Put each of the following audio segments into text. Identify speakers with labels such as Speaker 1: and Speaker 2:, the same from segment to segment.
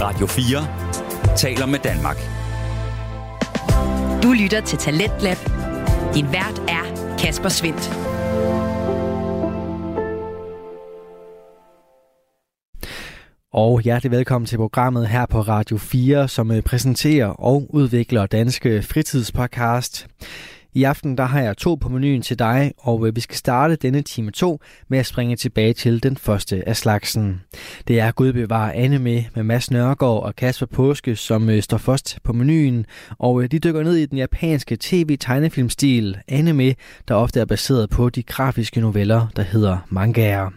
Speaker 1: Radio 4 taler med Danmark.
Speaker 2: Du lytter til Talentlab. Din vært er Kasper Svendt.
Speaker 3: Og hjertelig velkommen til programmet her på Radio 4, som øh, præsenterer og udvikler Danske Fritidspodcast. I aften der har jeg to på menuen til dig, og øh, vi skal starte denne time 2 med at springe tilbage til den første af slagsen. Det er Gud bevare anime med Mads Nørgaard og Kasper Påske, som øh, står først på menuen, og øh, de dykker ned i den japanske tv-tegnefilmstil anime, der ofte er baseret på de grafiske noveller, der hedder mangaer.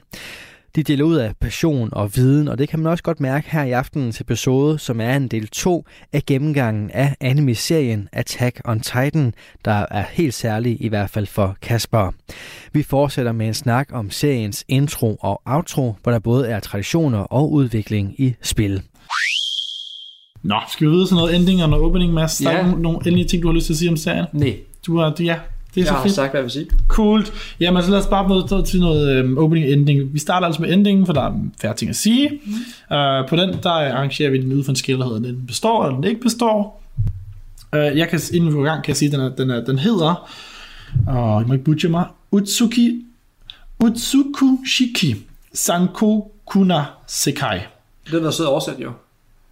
Speaker 3: De deler ud af passion og viden, og det kan man også godt mærke her i aftenens episode, som er en del 2 af gennemgangen af anime-serien Attack on Titan, der er helt særlig i hvert fald for Kasper. Vi fortsætter med en snak om seriens intro og outro, hvor der både er traditioner og udvikling i spil.
Speaker 4: Nå, skal vi vide sådan noget ending og noget opening, Mads? Der
Speaker 5: Ja.
Speaker 4: er nogle, nogle endelige ting, du har lyst til at sige om serien.
Speaker 5: Nej,
Speaker 4: Du har, du, ja, det er
Speaker 5: jeg
Speaker 4: så
Speaker 5: har
Speaker 4: fedt.
Speaker 5: sagt, hvad jeg vil sige.
Speaker 4: Coolt. Jamen, så lad os bare møde til noget øhm, opening og ending. Vi starter altså med endingen, for der er færre ting at sige.
Speaker 5: Mm.
Speaker 4: Øh, på den, der arrangerer vi den ud for en skala, der hedder, den består eller den ikke består. Øh, jeg kan, inden vi går i gang, kan jeg sige, at den, er, den, er, den hedder, og jeg må ikke butche mig, Utsuki, Utsuku Shiki Sanko Kuna Sekai.
Speaker 5: Det er der sød oversat, jo.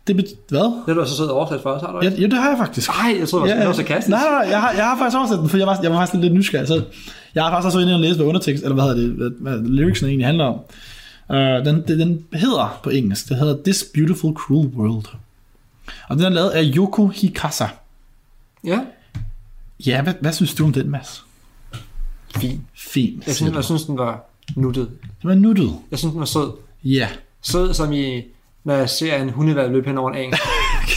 Speaker 4: Det bet- hvad?
Speaker 5: Det er der så sød oversat for os, har du
Speaker 4: Ja,
Speaker 5: ikke?
Speaker 4: jo, det har jeg faktisk.
Speaker 5: Nej, jeg troede, det var, det var sarkastisk.
Speaker 4: Nej, nej, nej, jeg har, jeg har faktisk oversat den, for jeg var, jeg var faktisk lidt nysgerrig selv. Jeg har faktisk også været inde og læse, hvad undertekst, eller hvad hedder det, hvad, hvad lyricsene egentlig handler om. Uh, den, den, den hedder på engelsk, det hedder This Beautiful Cruel World. Og den er lavet af Yoko Hikasa.
Speaker 5: Ja,
Speaker 4: Ja, hvad, hvad synes du om den, Mads?
Speaker 5: fint.
Speaker 4: Fint.
Speaker 5: Jeg
Speaker 4: siger
Speaker 5: synes,
Speaker 4: du.
Speaker 5: jeg synes, den var nuttet.
Speaker 4: Den var nuttet.
Speaker 5: Jeg synes, den var sød.
Speaker 4: Ja.
Speaker 5: Sød, som i, når jeg ser en hundevalg løbe hen over en eng.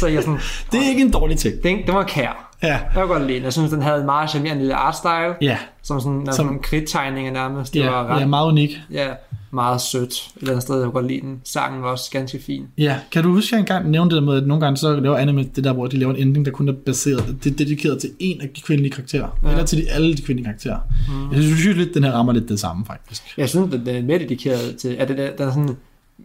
Speaker 5: så er jeg sådan,
Speaker 4: Det er ikke en dårlig ting.
Speaker 5: den, den var kær.
Speaker 4: Ja.
Speaker 5: Jeg kan godt lide den. Jeg synes, den havde en meget charmerende lille artstyle.
Speaker 4: Ja.
Speaker 5: Som sådan,
Speaker 4: Som-
Speaker 5: som, nogle kridttegninger nærmest. Det
Speaker 4: Ja,
Speaker 5: var ret,
Speaker 4: ja, meget unik.
Speaker 5: ja, meget sødt. Et eller andet sted, jeg kunne godt lide den. Sangen var også ganske fin.
Speaker 4: Ja, kan du huske, at jeg engang nævnte det der med, at nogle gange så laver anime det der, hvor de laver en ending, der kun er baseret, det er dedikeret til en af de kvindelige karakterer, ja. eller til de, alle de kvindelige karakterer. Mm. Jeg synes jo lidt, den her rammer lidt det samme, faktisk.
Speaker 5: Jeg synes, at den er mere dedikeret til, at det der, den er sådan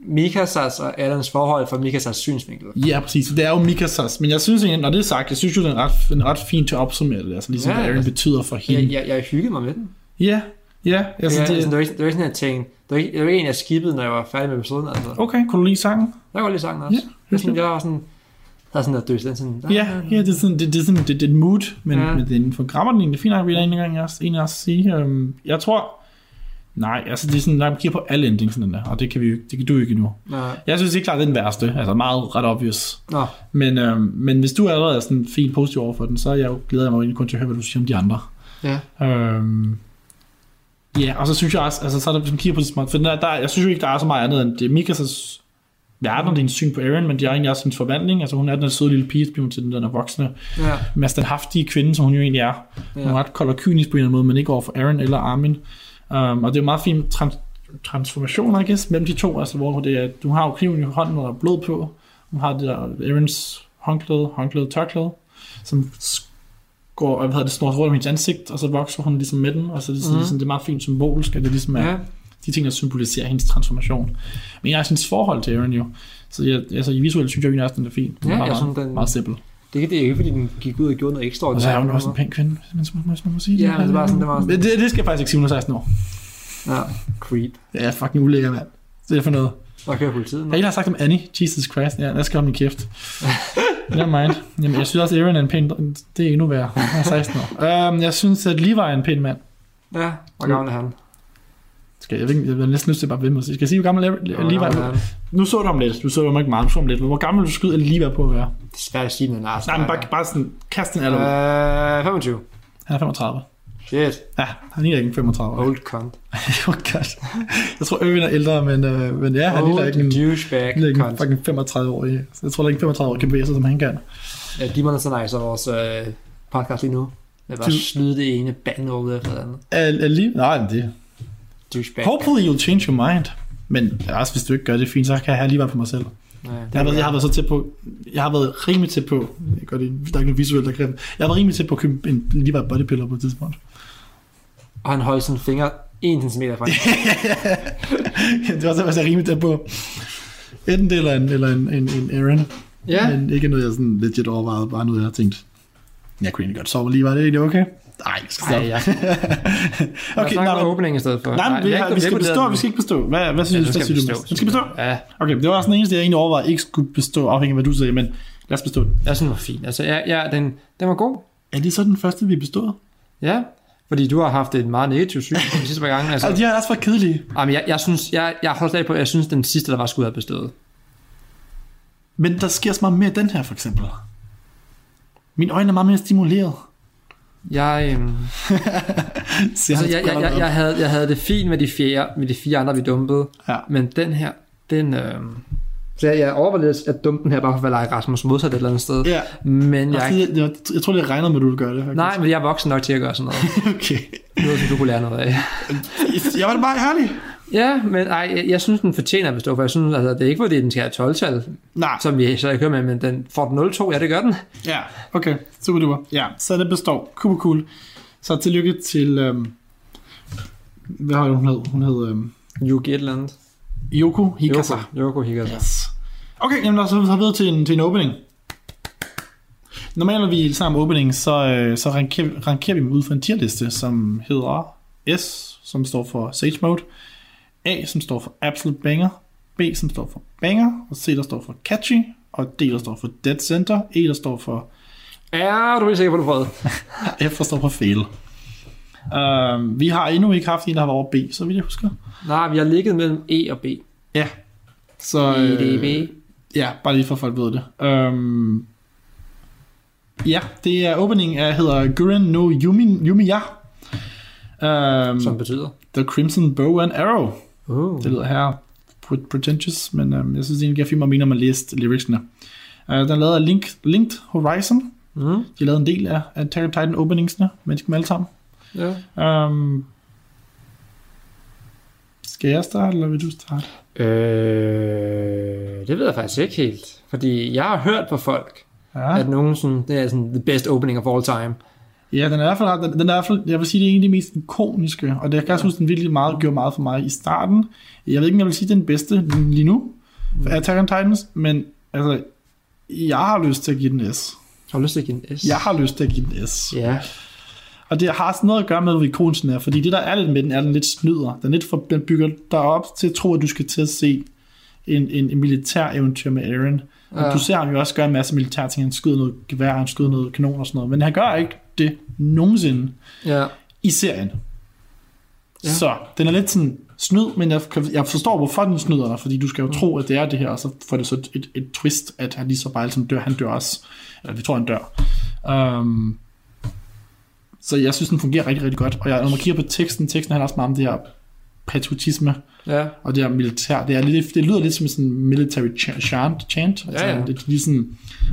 Speaker 5: Mikasas og Allens forhold fra Mikasas synsvinkel.
Speaker 4: Ja, præcis. Det er jo Mikasas, men jeg synes egentlig, når det er sagt, jeg synes jo, den er ret, den er ret fin til at opsummere det, altså ligesom
Speaker 5: Ja,
Speaker 4: ja, Aaron
Speaker 5: altså-
Speaker 4: betyder for hende.
Speaker 5: Jeg, jeg, jeg hyggede mig med den.
Speaker 4: Ja, Mm. ja. Altså,
Speaker 5: Ja,
Speaker 4: ja,
Speaker 5: det,
Speaker 4: det,
Speaker 5: det, var ikke, det var ikke sådan, jeg tænkte, det var ikke, det var ikke en, jeg skippede, når jeg var færdig med episoden. Altså. Jeg
Speaker 4: okay, kunne du lide sangen?
Speaker 5: kan godt lide sangen også.
Speaker 4: Ja,
Speaker 5: jeg, sådan, jeg var sådan, der er sådan der døs, den sådan, der,
Speaker 4: Ja, ja det, er sådan, det, det, er sådan, det, det er et mood, men,
Speaker 5: Ja.
Speaker 4: ja. men det er inden for grammeren egentlig fint nok, vil jeg egentlig engang også, egentlig også sige. Øhm, jeg tror, nej, altså det er sådan, når man kigger på alle endings, sådan den der, og det kan, vi, jo ikke- det kan du jo ikke endnu.
Speaker 5: Nå,
Speaker 4: Jeg synes ikke klart, det er den værste, altså meget ret obvious.
Speaker 5: nå,
Speaker 4: Men, øhm, men hvis du allerede er sådan fint positiv over for den, så er jeg jo, glæder jeg mig jo egentlig kun til at høre, hvad du siger om de andre.
Speaker 5: ja.
Speaker 4: Øhm, ja, og så synes jeg også, altså så er der, hvis man kigger på det smart, for der, der, jeg synes jo ikke, der er så meget andet end det er Mikasas verden, og det er en syn på Aaron, men det er egentlig også hendes forvandling. Altså hun er den der søde lille pige, der bliver til den der voksne,
Speaker 5: ja.
Speaker 4: mest den haftige kvinde, som hun jo egentlig er. Hun er
Speaker 5: Ja.
Speaker 4: ret kold og kynisk på en eller anden måde, men ikke over for Aaron eller Armin. Um, og det er jo meget fin trans- transformation, I guess, mellem de to. Altså, hvor det er, du har jo kniven i hånden, hvor der er blod på. Hun har det der Aarons håndklæde, håndklæde, tørklæde, som går, og hvad hedder det, snor rundt om hendes ansigt, og så vokser hun ligesom med den, og så er det, sådan,
Speaker 5: Mhm.
Speaker 4: mm. ligesom, det er meget fint symbolisk, at det ligesom er
Speaker 5: ja.
Speaker 4: de ting, der symboliserer hendes transformation. Men jeg er hendes forhold til Aaron jo, så jeg, altså, i visuelt synes jeg jo, at den er fin. Den
Speaker 5: Ja,
Speaker 4: er
Speaker 5: jeg
Speaker 4: meget,
Speaker 5: synes, den-
Speaker 4: meget simpel.
Speaker 5: Det, er- det er ikke, fordi den gik ud og gjorde noget ekstra.
Speaker 4: Og så er hun også en pæn kvinde, hvis man, hvis man må sige
Speaker 5: Ja, men det var sådan- det var sådan-
Speaker 4: det, det, skal jeg faktisk ikke sige, hun er 16 år.
Speaker 5: Ja, creep.
Speaker 4: Jeg er fucking ulækker, mand. Det er for noget.
Speaker 5: Der kører politiet nu.
Speaker 4: Jeg har sagt om Annie. Jesus Christ. Ja, lad os gøre min kæft. Never mind. Jamen, jeg synes også, at Aaron er en pæn... Det er endnu værre. Han er 16 år. Um, jeg synes, at Levi er en pæn mand.
Speaker 5: Ja, hvor gammel er han?
Speaker 4: Skal jeg, jeg, jeg, jeg har næsten lyst til at bare vende mig. Skal jeg sige, hvor gammel er
Speaker 5: Hvor
Speaker 4: Levi
Speaker 5: gammel er
Speaker 4: er?
Speaker 5: han?
Speaker 4: Nu så du ham lidt. Du så ham ikke meget. Du så ham lidt. Men Hvor gammel vil du skyde at Levi er på at være?
Speaker 5: Det er svært at sige, men nej.
Speaker 4: Nej, men bare, bare sådan... Kast den alder. ud.
Speaker 5: Øh, 25.
Speaker 4: Han er 35.
Speaker 5: Shit,
Speaker 4: Ja, han ligner ikke en 35. Oh.
Speaker 5: old cunt.
Speaker 4: oh God. Jeg tror, Øvin er ældre, men, øh, men ja, han ligner
Speaker 5: Old
Speaker 4: ikke en...
Speaker 5: douchebag
Speaker 4: Han ligner ikke en
Speaker 5: cunt.
Speaker 4: fucking 35-årig. Jeg tror, der er ikke 35-årig kan bevæge sig, som han kan.
Speaker 5: Ja, Demon and Nice er vores øh, podcast lige nu. Jeg bare
Speaker 4: Du-
Speaker 5: slyde det ene bandord ud efter det andet.
Speaker 4: Al- Alligevel, nej, men det...
Speaker 5: Douchebag.
Speaker 4: Hopefully you'll change your mind. Men også hvis du ikke gør det fint, så kan jeg lige være på mig selv.
Speaker 5: Ja,
Speaker 4: Jeg har, været, jeg har været så tæt på, jeg har været rimelig tæt på, jeg gør det, der er ikke noget visuelt, der kan, jeg har været rimelig tæt på at købe en lige var bodypiller på et tidspunkt.
Speaker 5: Og han holdt sin finger 1 cm fra hende.
Speaker 4: det var så, jeg var rimelig tæt på. Enten det eller en, eller en, en, en Aaron.
Speaker 5: Ja.
Speaker 4: Men ikke noget, jeg sådan legit overvejede, bare noget, jeg har tænkt. Jeg kunne egentlig godt sove lige, var det egentlig okay? Nej, jeg skal stoppe.
Speaker 5: jeg
Speaker 4: okay,
Speaker 5: snakker
Speaker 4: nej,
Speaker 5: om
Speaker 4: men-
Speaker 5: åbning i stedet for.
Speaker 4: nej, men vi,
Speaker 5: jeg er
Speaker 4: har,
Speaker 5: ikke
Speaker 4: vi skal
Speaker 5: kommet
Speaker 4: bestå,
Speaker 5: videre
Speaker 4: vi skal ikke bestå. Hvad, hvad synes
Speaker 5: nu
Speaker 4: du,
Speaker 5: skal
Speaker 4: hvad
Speaker 5: vi
Speaker 4: siger du?
Speaker 5: bestå.
Speaker 4: Den skal bestå?
Speaker 5: nu. Ja,
Speaker 4: Okay, det var også den eneste, jeg egentlig overvejede, ikke skulle bestå, afhængig af, hvad du sagde, men lad os bestå den.
Speaker 5: jeg synes, den var fin. Altså, ja, ja den, den var god.
Speaker 4: Er det så den første, vi bestod?
Speaker 5: Ja, fordi du har haft et meget negativt syn på den sidste par gange.
Speaker 4: Altså,
Speaker 5: Altså,
Speaker 4: de er også for kedelige.
Speaker 5: jamen, jeg, jeg, synes, jeg, jeg holder stadig på, at jeg synes, den sidste, der var, skulle have bestået.
Speaker 4: Men der sker så meget mere i den her, for eksempel. Mine øjne er meget mere stimuleret.
Speaker 5: Jeg, øhm,
Speaker 4: Så
Speaker 5: altså, jeg, jeg, jeg, jeg, havde, jeg havde det fint med de, fjerde, med de fire andre, vi dumpede.
Speaker 4: Ja.
Speaker 5: Men den her, den... Øhm, så jeg, jeg overvejede lidt at dumpe den her, bare for at lege Rasmus modsat et eller andet sted.
Speaker 4: Ja.
Speaker 5: Men
Speaker 4: Jeg,
Speaker 5: jeg,
Speaker 4: jeg, jeg tror, det regner med, at du vil gøre det, faktisk.
Speaker 5: nej, men jeg er voksen nok til at gøre sådan noget.
Speaker 4: Okay.
Speaker 5: Noget, som du kunne lære noget af.
Speaker 4: Jeg var da bare ærlig.
Speaker 5: Ja, men ej, jeg, jeg synes, den fortjener at bestå, for jeg synes, altså, det er ikke fordi, den skal have 12-tal,
Speaker 4: Nej.
Speaker 5: som vi så jeg kører med, men den får den 0-2, ja, det gør den.
Speaker 4: Ja, okay. Super duper. Ja, så det består. Super cool. Så tillykke til... Øhm, hvad har hun hed? Hun hed øhm,
Speaker 5: Yuki et eller andet.
Speaker 4: Yoko Hikasa. Yoko.
Speaker 5: Yoko, Yoko Hikasa. Ja.
Speaker 4: Yes. Okay, jamen lad os tage videre til en, til en opening. Normalt, når vi snakker om opening, så, øh, så rankerer, rankerer vi dem ud fra en tierliste, som hedder S, som står for Sage Mode, A, som står for Absolute Banger, B, som står for Banger, og C, der står for Catchy, og D, der står for Dead Center, E, der står for
Speaker 5: Er du helt sikker på, du prøvede?
Speaker 4: F forstår for fail. Uh, vi har endnu ikke haft en, der har været over B, så vidt jeg husker.
Speaker 5: Nej, vi har ligget mellem E og B. E,
Speaker 4: Ja. Så, øh,
Speaker 5: EDB.
Speaker 4: ja, bare lige for at folk ved det. Um, ja, det er openingen af, hedder Guren no Yumi, Yumiya. Um,
Speaker 5: som betyder.
Speaker 4: The Crimson Bow and Arrow.
Speaker 5: mm. Uh.
Speaker 4: Det lyder her pre- pretentious, men um, jeg synes egentlig, jeg fik mig mere, når man læste lyricsene. Uh, den er lavet af Link, Linked Horizon.
Speaker 5: Mm.
Speaker 4: De lavede en del af Attack on Titan openingsene, men de kom alle sammen.
Speaker 5: Ja.
Speaker 4: Um, skal jeg starte, eller vil du starte?
Speaker 5: Øh, det ved jeg faktisk ikke helt. Fordi jeg har hørt på folk,
Speaker 4: Ja,
Speaker 5: at nogen sådan, det er sådan the best opening of all time.
Speaker 4: ja den er i hvert fald, ret- den, den er i hvert fald, jeg vil sige, det er en af de mest ikoniske, og det, jeg kan også huske, den virkelig meget, gjorde meget for mig i starten. Jeg ved ikke, om jeg vil sige, det er den bedste lige nu, for Attack on Titans, men altså, jeg har lyst til at give den S.
Speaker 5: Har du lyst til at give en S?
Speaker 4: Jeg har lyst til at give den S.
Speaker 5: Ja.
Speaker 4: Og det har sådan noget at gøre med, hvor ikonisk den er, fordi det, der er lidt med den, er at den lidt snyder. Den, er lidt for, den bygger dig op til at tro, at du skal til at se en, en, en militær eventyr med Aaron. Og
Speaker 5: Ja.
Speaker 4: du ser ham jo også gøre en masse militære ting. Han skyder noget gevær, han skyder noget kanon og sådan noget. Men han gør ikke det nogensinde
Speaker 5: ja.
Speaker 4: i serien. Ja.
Speaker 5: Ja.
Speaker 4: Så den er lidt sådan snyd, men jeg, kan- jeg forstår, hvorfor den snyder dig, fordi du skal jo tro, at det er det her, og så får det så et, et, et twist, at han lige så bare ligesom dør. Han dør også. Eller vi tror, han dør. Um, så jeg synes, den fungerer rigtig, rigtig godt. Og jeg, når man kigger på teksten, teksten handler også meget om det her patriotisme,
Speaker 5: Ja.
Speaker 4: og det her militær. Det, er lidt, det lyder lidt som sådan en military cha- chant. chant. Altså,
Speaker 5: Ja, ja.
Speaker 4: Det, er lige sådan,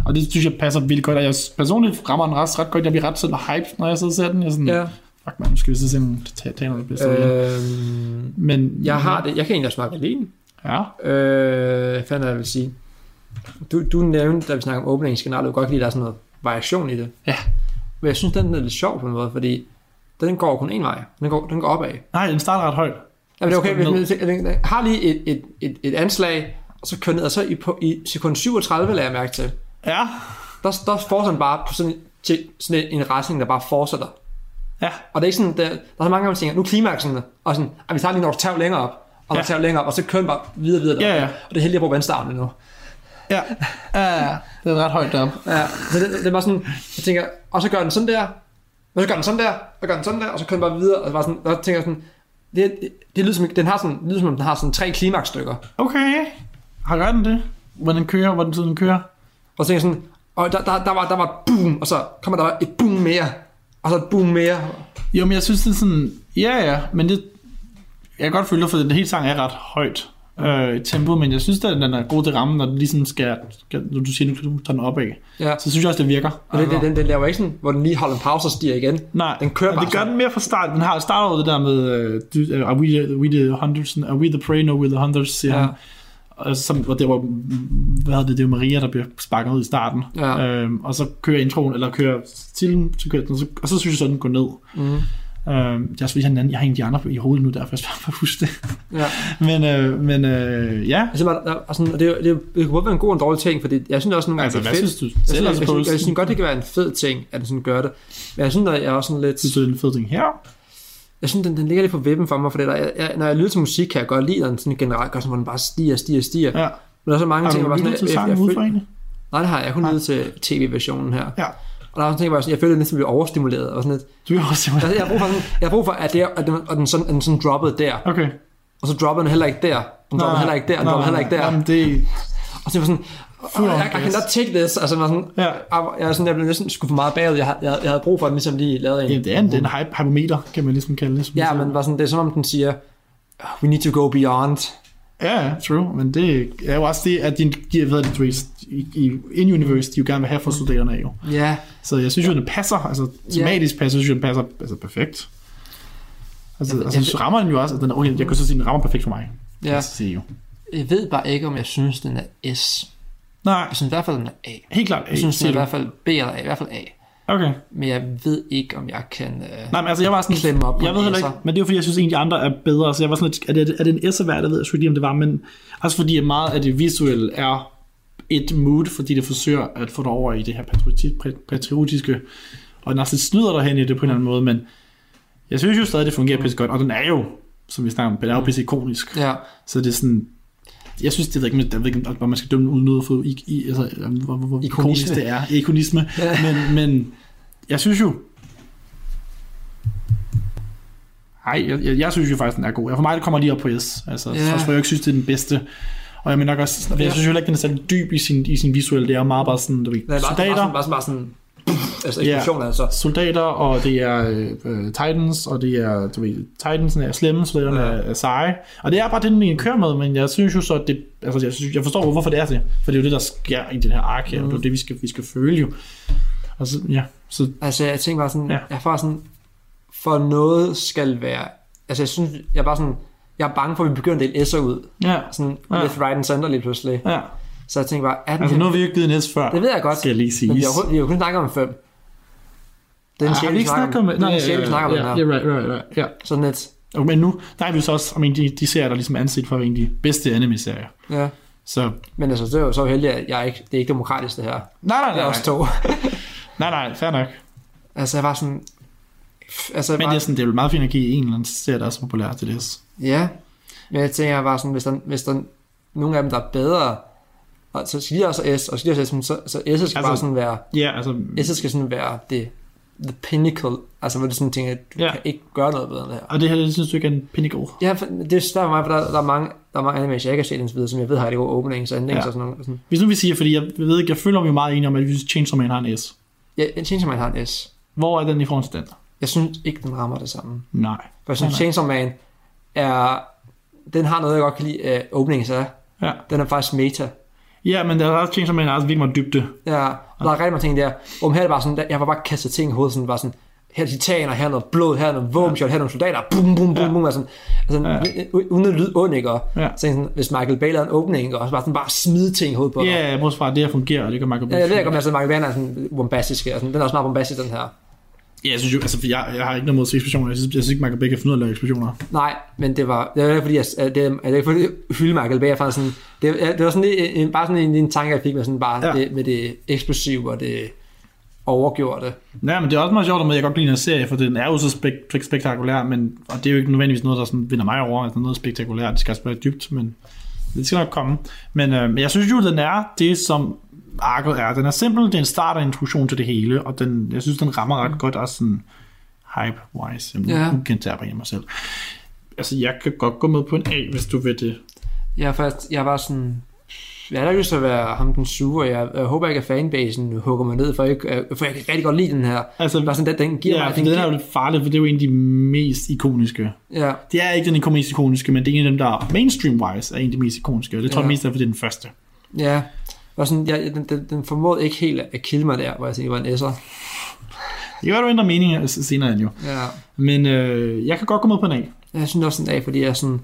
Speaker 4: og det synes jeg passer vildt godt, og jeg personligt rammer den ret, ret godt. Jeg bliver ret sådan hyped, når jeg sidder og ser den. Jeg er sådan,
Speaker 5: ja.
Speaker 4: Fuck man, nu skal vi så se nogle titaner, der bliver sådan. Øh,
Speaker 5: Øhm,
Speaker 4: men
Speaker 5: jeg har det. Jeg kan egentlig også snakke alene.
Speaker 4: Ja,
Speaker 5: Øh, hvad fanden er det, jeg vil sige? Du, du nævnte, da vi snakkede om openings generelt, du kan godt lide, at der er sådan noget variation i det.
Speaker 4: Ja.
Speaker 5: Men jeg synes, den er lidt sjov på en måde, fordi den går kun en vej. Den går, den går opad. Jamen,
Speaker 4: nej, den starter ret højt.
Speaker 5: det er okay,
Speaker 4: Så går den
Speaker 5: hvis den, den, den har lige et, et, et, et anslag, og så kører ned, og så i, på, i sekund 37, lader jeg mærke til.
Speaker 4: Ja,
Speaker 5: Der, der fortsætter den bare på sådan, til sådan en retning, der bare fortsætter.
Speaker 4: ja,
Speaker 5: Og det er ikke sådan, der, der er så mange gange, man tænker, nu er klimaksen, og sådan, at vi tager lige en oktav længere op, og en
Speaker 4: Ja.
Speaker 5: oktav længere op, og så kører den bare videre videre
Speaker 4: Ja,
Speaker 5: deroppe.
Speaker 4: ja.
Speaker 5: Og det er heldigt at bruge vandstavlen nu.
Speaker 4: ja, ja, det er ret højt deroppe.
Speaker 5: Ja, så det, det var sådan, jeg tænker, og så gør den sådan der, og så gør den sådan der, og gør den sådan der, og så kører den bare videre, og, så var sådan, og så tænker jeg sådan, det, det, det lyder som, den har sådan, det lyder som om den har sådan tre klimaksstykker.
Speaker 4: Okay, har gør den det? Hvordan kører, hvordan tiden kører?
Speaker 5: Og så tænker jeg sådan, og der, der, der, var, der var et boom, og så kommer der et boom mere, og så et boom mere.
Speaker 4: Jo, men jeg synes, det er sådan, ja, ja, men det, jeg kan godt følge dig, for den hele sang er ret højt
Speaker 5: Mm.
Speaker 4: øh, i tempo, men jeg synes, at den er god til rammen, når den ligesom skal, skal når du siger, nu tager den opad.
Speaker 5: Ja.
Speaker 4: Så synes jeg også, det virker.
Speaker 5: Og det, det, den, den laver ikke sådan, hvor den lige holder en pause og stiger igen.
Speaker 4: Nej,
Speaker 5: Den kører
Speaker 4: men
Speaker 5: bare
Speaker 4: det gør
Speaker 5: sådan.
Speaker 4: den mere fra start. Den har starter over det der med, øh, du- øh, are, we, the- we the hunters, are we the prey, no we the hunters, siger
Speaker 5: Ja.
Speaker 4: ja. han. Og, som, og det var, hvad hedder det, det er jo Maria, der bliver sparket ud i starten.
Speaker 5: Ja.
Speaker 4: Øhm, og så kører introen, eller kører stilen, så kører den, og så, og så synes jeg så, den går ned.
Speaker 5: Mm.
Speaker 4: Øh, det er også fordi, jeg har, en anden, jeg har en af de andre i hovedet nu, derfor jeg svært for at huske det.
Speaker 5: Ja.
Speaker 4: Men, øh, men øh, ja,
Speaker 5: Altså, man, der, og sådan, og det, er jo- det, er jo- det kan både være en god og en dårlig ting, for det, jeg synes også nogle gange,
Speaker 4: altså,
Speaker 5: det er
Speaker 4: hvad
Speaker 5: fedt.
Speaker 4: synes du
Speaker 5: Jeg synes,
Speaker 4: selv
Speaker 5: jeg,
Speaker 4: altså,
Speaker 5: jeg, synes, jeg
Speaker 4: Poulsen?
Speaker 5: synes godt, det kan være en fed ting, at den sådan gør det. Men jeg synes, at jeg er også sådan lidt...
Speaker 4: Synes du, det er en fed ting her?
Speaker 5: Jeg synes, den, den ligger lidt på vippen for mig, for det der, jeg, jeg, når jeg lyder til musik, kan jeg godt lide, at den sådan generelt gør sådan, hvor den bare stiger, stiger, stiger. Ja.
Speaker 4: Ja.
Speaker 5: Men der er så mange
Speaker 4: Har
Speaker 5: ting,
Speaker 4: du
Speaker 5: hvor jeg bare
Speaker 4: lyttet
Speaker 5: sådan...
Speaker 4: til sangen
Speaker 5: jeg,
Speaker 4: ud fra
Speaker 5: føler,
Speaker 4: egentlig?
Speaker 5: nej, det har jeg. Jeg kun
Speaker 4: Nej.
Speaker 5: lyttet til tv-versionen her.
Speaker 4: Ja.
Speaker 5: Og der er også ting, hvor jeg, sådan, jeg føler, at jeg næsten bliver overstimuleret. Og sådan lidt.
Speaker 4: Du er også
Speaker 5: Altså, Jeg, jeg, har brug for, sådan, jeg har brug for, at, det, er- at, den, at den, sådan, at den sådan droppede der.
Speaker 4: Okay.
Speaker 5: Og så dropper den heller ikke der. Den dropper heller ikke der. Den
Speaker 4: nej,
Speaker 5: dropper heller ikke der.
Speaker 4: Jamen, det er
Speaker 5: Og så var sådan,
Speaker 4: Fuld
Speaker 5: jeg,
Speaker 4: on
Speaker 5: jeg kan
Speaker 4: gas.
Speaker 5: not take this. Altså, man var sådan,
Speaker 4: Ja.
Speaker 5: jeg, jeg, er sådan, jeg blev næsten skudt for meget bagud. Jeg, havde- jeg, havde- jeg havde brug for, at den ligesom lige lavede en.
Speaker 4: Jamen, det er en, det er en hype, hypometer, kan man ligesom kalde det. som
Speaker 5: Ja,
Speaker 4: man siger.
Speaker 5: men var sådan, det er som om den siger, "Ah, we need to go beyond.
Speaker 4: Ja, ja, true. Men det er jo også det, at din, de, hvad er det, du, i, i in-universe, de jo gerne vil have for studerende af, jo.
Speaker 5: Ja,
Speaker 4: Så jeg synes jo, den passer, altså tematisk passer, synes jeg, den passer altså, perfekt. Altså,
Speaker 5: Jeg-
Speaker 4: altså
Speaker 5: jeg-
Speaker 4: så rammer den jo også, altså, den, okay, jeg kan så sige, den rammer perfekt for mig.
Speaker 5: ja.
Speaker 4: Så siger jeg jo.
Speaker 5: Jeg ved bare ikke, om jeg synes, den er S.
Speaker 4: Nej,
Speaker 5: Jeg synes i hvert fald, den er A.
Speaker 4: helt klart.
Speaker 5: Jeg synes, den
Speaker 4: siger
Speaker 5: er i
Speaker 4: du.
Speaker 5: hvert fald B eller A. I hvert fald A.
Speaker 4: Okay.
Speaker 5: Men jeg ved ikke, om jeg kan... Øh...
Speaker 4: Nej, men altså, jeg var sådan...
Speaker 5: Klemme op altså. på
Speaker 4: jeg ved
Speaker 5: en
Speaker 4: heller ikke,
Speaker 5: S'er.
Speaker 4: men det er jo fordi, jeg synes, at de andre er bedre, så jeg var sådan lidt, er det, er det en S'er værd, jeg ved jeg sgu ikke lige, om det var, men også fordi, at meget af det visuelle er et mood, fordi det forsøger at få dig over i det her patrioti- pa- patriotiske, og næsten snyder dig hen i det på en eller anden måde, men jeg synes jo stadig, det fungerer pisse godt, og den er jo, som vi snakker om, den er jo pisse ikonisk,
Speaker 5: Ja,
Speaker 4: så det er sådan, jeg synes, det ved ikke, men jeg ved ikke, om man skal dømme uden noget for i, i, altså, hvor, hvor, hvor ikonisk
Speaker 5: Ikonisme.
Speaker 4: det er, ikonisme,
Speaker 5: Ja.
Speaker 4: men, men jeg synes jo, Nej, jeg, jeg, jeg synes jo faktisk, den er god. Jeg- For mig det kommer lige op på S. Altså,
Speaker 5: Ja.
Speaker 4: yeah. Trods for, jeg ikke synes, det er den bedste. Og jeg mener nok også, jeg synes jo heller ikke, den er særlig dyb i sin, i sin visuelle. Det er meget bare sådan, du ved,
Speaker 5: det er bare, bare,
Speaker 4: soldater,
Speaker 5: sådan, bare, sådan, bare sådan... Altså,
Speaker 4: Ja.
Speaker 5: eksplosion yeah. altså.
Speaker 4: soldater, og det er øh, øh, Titans, og det er, du ved, Titans'en er slemme, soldaterne
Speaker 5: Ja.
Speaker 4: er, er seje. Og det er bare det, den egentlig kører med, men jeg synes jo så, at det, altså jeg, synes, jeg forstår, hvorfor det er det. For det er jo det, der sker i den her ark her, mm. og det er jo det, vi skal, vi skal føle jo. Og så, ja, så
Speaker 5: Altså, jeg tænker bare sådan,
Speaker 4: Ja.
Speaker 5: ja. jeg får sådan, for noget skal være, altså jeg synes, jeg er bare sådan, jeg er bange for, at vi begynder at dele S'er ud,
Speaker 4: ja,
Speaker 5: sådan
Speaker 4: Ja.
Speaker 5: ja. left, right and center lige pludselig.
Speaker 4: ja.
Speaker 5: Så jeg tænker bare, er den
Speaker 4: Altså
Speaker 5: her-
Speaker 4: nu har vi jo ikke givet en S før.
Speaker 5: det ved jeg godt,
Speaker 4: skal jeg lige sige.
Speaker 5: men vi har, overhovedet- vi har jo kun snakket om fem. Det er
Speaker 4: Ej,
Speaker 5: en
Speaker 4: Ah, har
Speaker 5: sjæl,
Speaker 4: vi
Speaker 5: vi
Speaker 4: ikke
Speaker 5: snakker om, det er en sjæl, vi snakker om den
Speaker 4: ja,
Speaker 5: her.
Speaker 4: ja, right, right, right, ja.
Speaker 5: Sådan lidt,
Speaker 4: Og, men nu, der er vi jo så også, I mean, de, de serier, der ligesom er anset for at være en af de bedste anime-serier.
Speaker 5: ja.
Speaker 4: Så, nej,
Speaker 5: Men altså, det er jo så heldigt, at jeg er ikke, det er ikke demokratisk, det her.
Speaker 4: nej,
Speaker 5: Det er
Speaker 4: nej,
Speaker 5: også
Speaker 4: nej,
Speaker 5: to.
Speaker 4: nej, nej, fair nok.
Speaker 5: altså, jeg var sådan, f- altså, jeg
Speaker 4: Men
Speaker 5: var,
Speaker 4: det er, sådan, det er jo meget fint at give en eller anden serie, der er så populær til det.
Speaker 5: ja, men jeg tænker bare sådan, hvis der, hvis der er nogle af dem, der er bedre, og så skal de også S, og så skal de også S, men så, så S'et skal altså, bare sådan være,
Speaker 4: Ja, altså,
Speaker 5: S'et skal sådan være det, the pinnacle, altså hvor det sådan ting, at du
Speaker 4: Ja.
Speaker 5: ja. kan ikke gøre noget bedre end det her.
Speaker 4: og det her, det synes du ikke er en pinnacle.
Speaker 5: Ja, for- det er svært for mig, for der, der, er mange, der er mange animes, jeg ikke har set indtil videre, som jeg ved har det gode openings og endings
Speaker 4: Ja.
Speaker 5: ja. og sådan noget. Sådan.
Speaker 4: Hvis nu vi siger, fordi jeg ved ikke, jeg føler mig jo meget enig om, at vi synes, Chainsaw Man har en S.
Speaker 5: Ja, en Chainsaw Man har en S.
Speaker 4: Hvor er den i forhold til den?
Speaker 5: Jeg synes ikke, den rammer det samme.
Speaker 4: Nej.
Speaker 5: For jeg synes,
Speaker 4: Nej, nej.
Speaker 5: Chainsaw Man er... Den har noget, jeg godt kan lide uh, openings af.
Speaker 4: Ja,
Speaker 5: Den er faktisk meta.
Speaker 4: ja men der er også Chainsaw Man, der er også virkelig meget dybde.
Speaker 5: Ja, og der er rigtig mange ting der. Om her er det bare sådan, der, jeg var bare kastet ting i hovedet, sådan bare sådan, her er titaner, her er noget blod, her er noget våbenskjold, her er nogle soldater, bum, bum, bum, bum, altså, altså ja. uden at lyde ond, ikke? Og,
Speaker 4: Ja.
Speaker 5: ja. så sådan, hvis Michael Bay lavede en åbning, ikke? Og så bare sådan, bare smide ting i hovedet på
Speaker 4: Ja,
Speaker 5: dig.
Speaker 4: yeah, bortset fra, at det her fungerer, og det gør Michael
Speaker 5: Ja,
Speaker 4: Bay.
Speaker 5: jeg ved ikke, om altså, Michael Bay er sådan bombastisk, altså, den er også meget bombastisk, den her.
Speaker 4: Ja, jeg synes jo, altså, for jeg, jeg har ikke noget mod at se eksplosioner. Jeg synes, jeg synes ikke, Michael Bay kan finde ud af at lave eksplosioner.
Speaker 5: Nej, men det var, det var ikke fordi, jeg, at det, at det er ikke fordi, jeg hylder Michael Bay, jeg er faktisk sådan, det, ja, det var sådan en, en, bare sådan en, en tanke, jeg fik med, sådan
Speaker 4: Ja.
Speaker 5: bare ja. det, med det eksplosive og det overgjorte.
Speaker 4: Ja, men det er også meget sjovt, at jeg godt kan lide en serie, for den er jo så spek- spek- spektakulær, men, og det er jo ikke nødvendigvis noget, der sådan vinder mig over, altså noget spektakulært, det skal også være dybt, men det skal nok komme. Men, øh, men jeg synes jo, den er det, som arket er. Den er simpel, det er en start og en introduktion til det hele, og den, jeg synes, den rammer ret godt også sådan hype-wise. Jeg
Speaker 5: Mm. Ja.
Speaker 4: ja. kan tage mig selv. Altså, jeg kan godt gå med på en A, hvis du vil det.
Speaker 5: Jeg er faktisk, jeg var sådan, jeg har da ikke lyst til at være ham den sure, jeg, jeg håber ikke, at fanbasen hugger mig ned, for, ikke, øh, for jeg kan rigtig godt lide den her.
Speaker 4: Altså,
Speaker 5: Bare sådan, den, den giver
Speaker 4: ja,
Speaker 5: mig,
Speaker 4: for den
Speaker 5: giver,
Speaker 4: er jo lidt farlig, for det er jo en af de mest ikoniske
Speaker 5: ja,
Speaker 4: Det er ikke den mest ikoniske, men det er en af dem, der mainstream-wise er en af de mest ikoniske, og det tror jeg
Speaker 5: Ja.
Speaker 4: mest er, fordi det er den første.
Speaker 5: ja. Og sådan, jeg, den, den, den formåede ikke helt at kille mig der, hvor jeg tænkte, det var en S'er.
Speaker 4: Det kan være, du ændrer mening øh, s- senere end jo.
Speaker 5: Ja.
Speaker 4: Men øh, jeg kan godt gå med på en A.
Speaker 5: Jeg synes også sådan af, fordi jeg er sådan,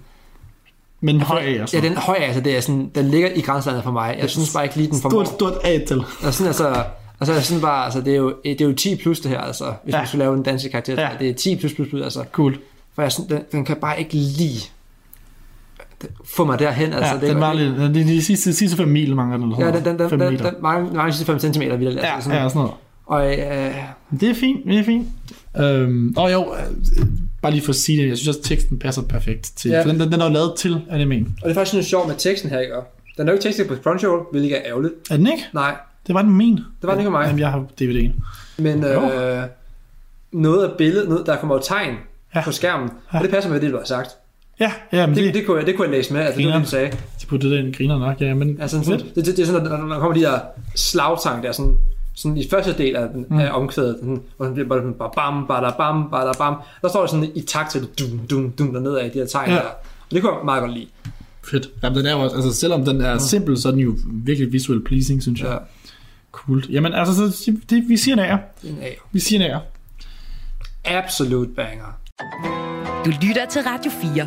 Speaker 4: Men en høj A, altså.
Speaker 5: Ja, den høj altså, det er sådan, den ligger i grænselandet for mig. Jeg synes bare ikke lige den for
Speaker 4: Stort,
Speaker 5: mig.
Speaker 4: stort A til.
Speaker 5: Og sådan altså, Og så er jeg sådan bare, altså det er jo, det er jo 10 plus det her, altså, hvis
Speaker 4: Ja.
Speaker 5: ja. man skulle lave en dansk karakter.
Speaker 4: Ja.
Speaker 5: Ja. Det er 10 plus plus plus, altså.
Speaker 4: Cool.
Speaker 5: For jeg, er sådan, den, den kan bare ikke lige få mig derhen, altså.
Speaker 4: Altså, ja, den
Speaker 5: godt-
Speaker 4: var lidt, den- de, de sidste, sidste 5 mil mangler den.
Speaker 5: Ja, den, den, den,
Speaker 4: fem
Speaker 5: den,
Speaker 4: meter.
Speaker 5: den mange, mange sidste 5 cm videre.
Speaker 4: ja,
Speaker 5: Altså,
Speaker 4: ja,
Speaker 5: sådan,
Speaker 4: sådan noget.
Speaker 5: Og øh,
Speaker 4: Det er fint, det er fint. Øhm, og jo, øh, bare lige for at sige det, jeg synes også, at teksten passer perfekt til,
Speaker 5: Ja.
Speaker 4: ja. for den, den, den er jo lavet til animen.
Speaker 5: og det er faktisk noget sjovt med teksten her, ikke? Og Den er jo ikke tekstet på Crunchyroll, hvilket er ærgerligt.
Speaker 4: Er den ikke?
Speaker 5: Nej,
Speaker 4: Det var den min.
Speaker 5: det var den ikke af mig.
Speaker 4: Jamen, jeg har DVD'en.
Speaker 5: Men
Speaker 4: Jo.
Speaker 5: øh, noget af billedet, noget, der kommer jo tegn
Speaker 4: Ja.
Speaker 5: ja. på skærmen,
Speaker 4: Ja.
Speaker 5: ja. og det passer med det, du har sagt.
Speaker 4: Ja, ja, men det,
Speaker 5: Det, det, kunne, jeg, det kunne jeg læse med, altså det, var
Speaker 4: Grineren.
Speaker 5: det du sagde.
Speaker 4: de puttede den griner nok, ja, men
Speaker 5: Altså, sådan, det, det, det, er sådan, at når, når der kommer de der slagtang der, sådan, sådan i første del af, den, af omkvædet, sådan, hvor den bliver bare sådan, bare bam, bare bam, bare bam, der står det sådan i takt til det, dum, dum, dum, dernede af de her tegn
Speaker 4: Ja.
Speaker 5: ja. der. Og det kunne jeg meget godt lide.
Speaker 4: fedt. Jamen, den er jo også, altså selvom den er simpel, så er den jo virkelig visual pleasing, synes jeg.
Speaker 5: Ja,
Speaker 4: Ja. Cool. Jamen, altså, så, det, vi siger nær.
Speaker 5: det er en A.
Speaker 4: Vi siger nær.
Speaker 5: Absolute banger.
Speaker 2: Du lytter til Radio 4.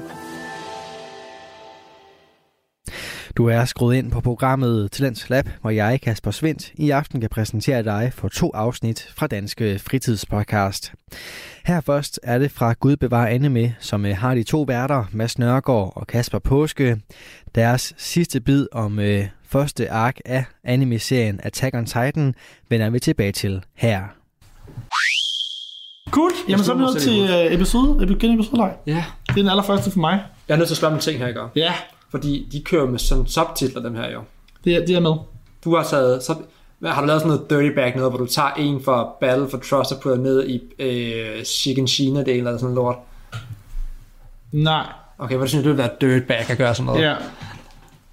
Speaker 3: Du er skruet ind på programmet Talents Lab, hvor jeg, Kasper Svendt, i aften kan præsentere dig for to afsnit fra Danske Fritidspodcast. Her først er det fra Gud bevare anime, som øh, har de to værter, Mads Nørgaard og Kasper Påske, deres sidste bid om øh, første ark af anime-serien Attack on Titan, vender vi tilbage til her.
Speaker 4: Cool. Jamen, så
Speaker 5: slog
Speaker 4: er vi
Speaker 5: mig
Speaker 4: nået
Speaker 5: selv i
Speaker 4: til øh, episode, episode, episode nej.
Speaker 5: Ja.
Speaker 4: Det er den allerførste for mig.
Speaker 5: Jeg er nødt til at spørge om en ting her, ikke? også?
Speaker 4: Ja,
Speaker 5: Fordi de kører med sådan subtitler, dem her jo.
Speaker 4: det er, det er med.
Speaker 5: Du har taget, så hvad, har du lavet sådan noget dirty bag noget, hvor du tager en fra Battle for Trust og putter ned i øh, Chicken China del eller sådan lort.
Speaker 4: Nej.
Speaker 5: Okay, hvad synes du, det ville være dirty bag at gøre sådan noget?
Speaker 4: Ja.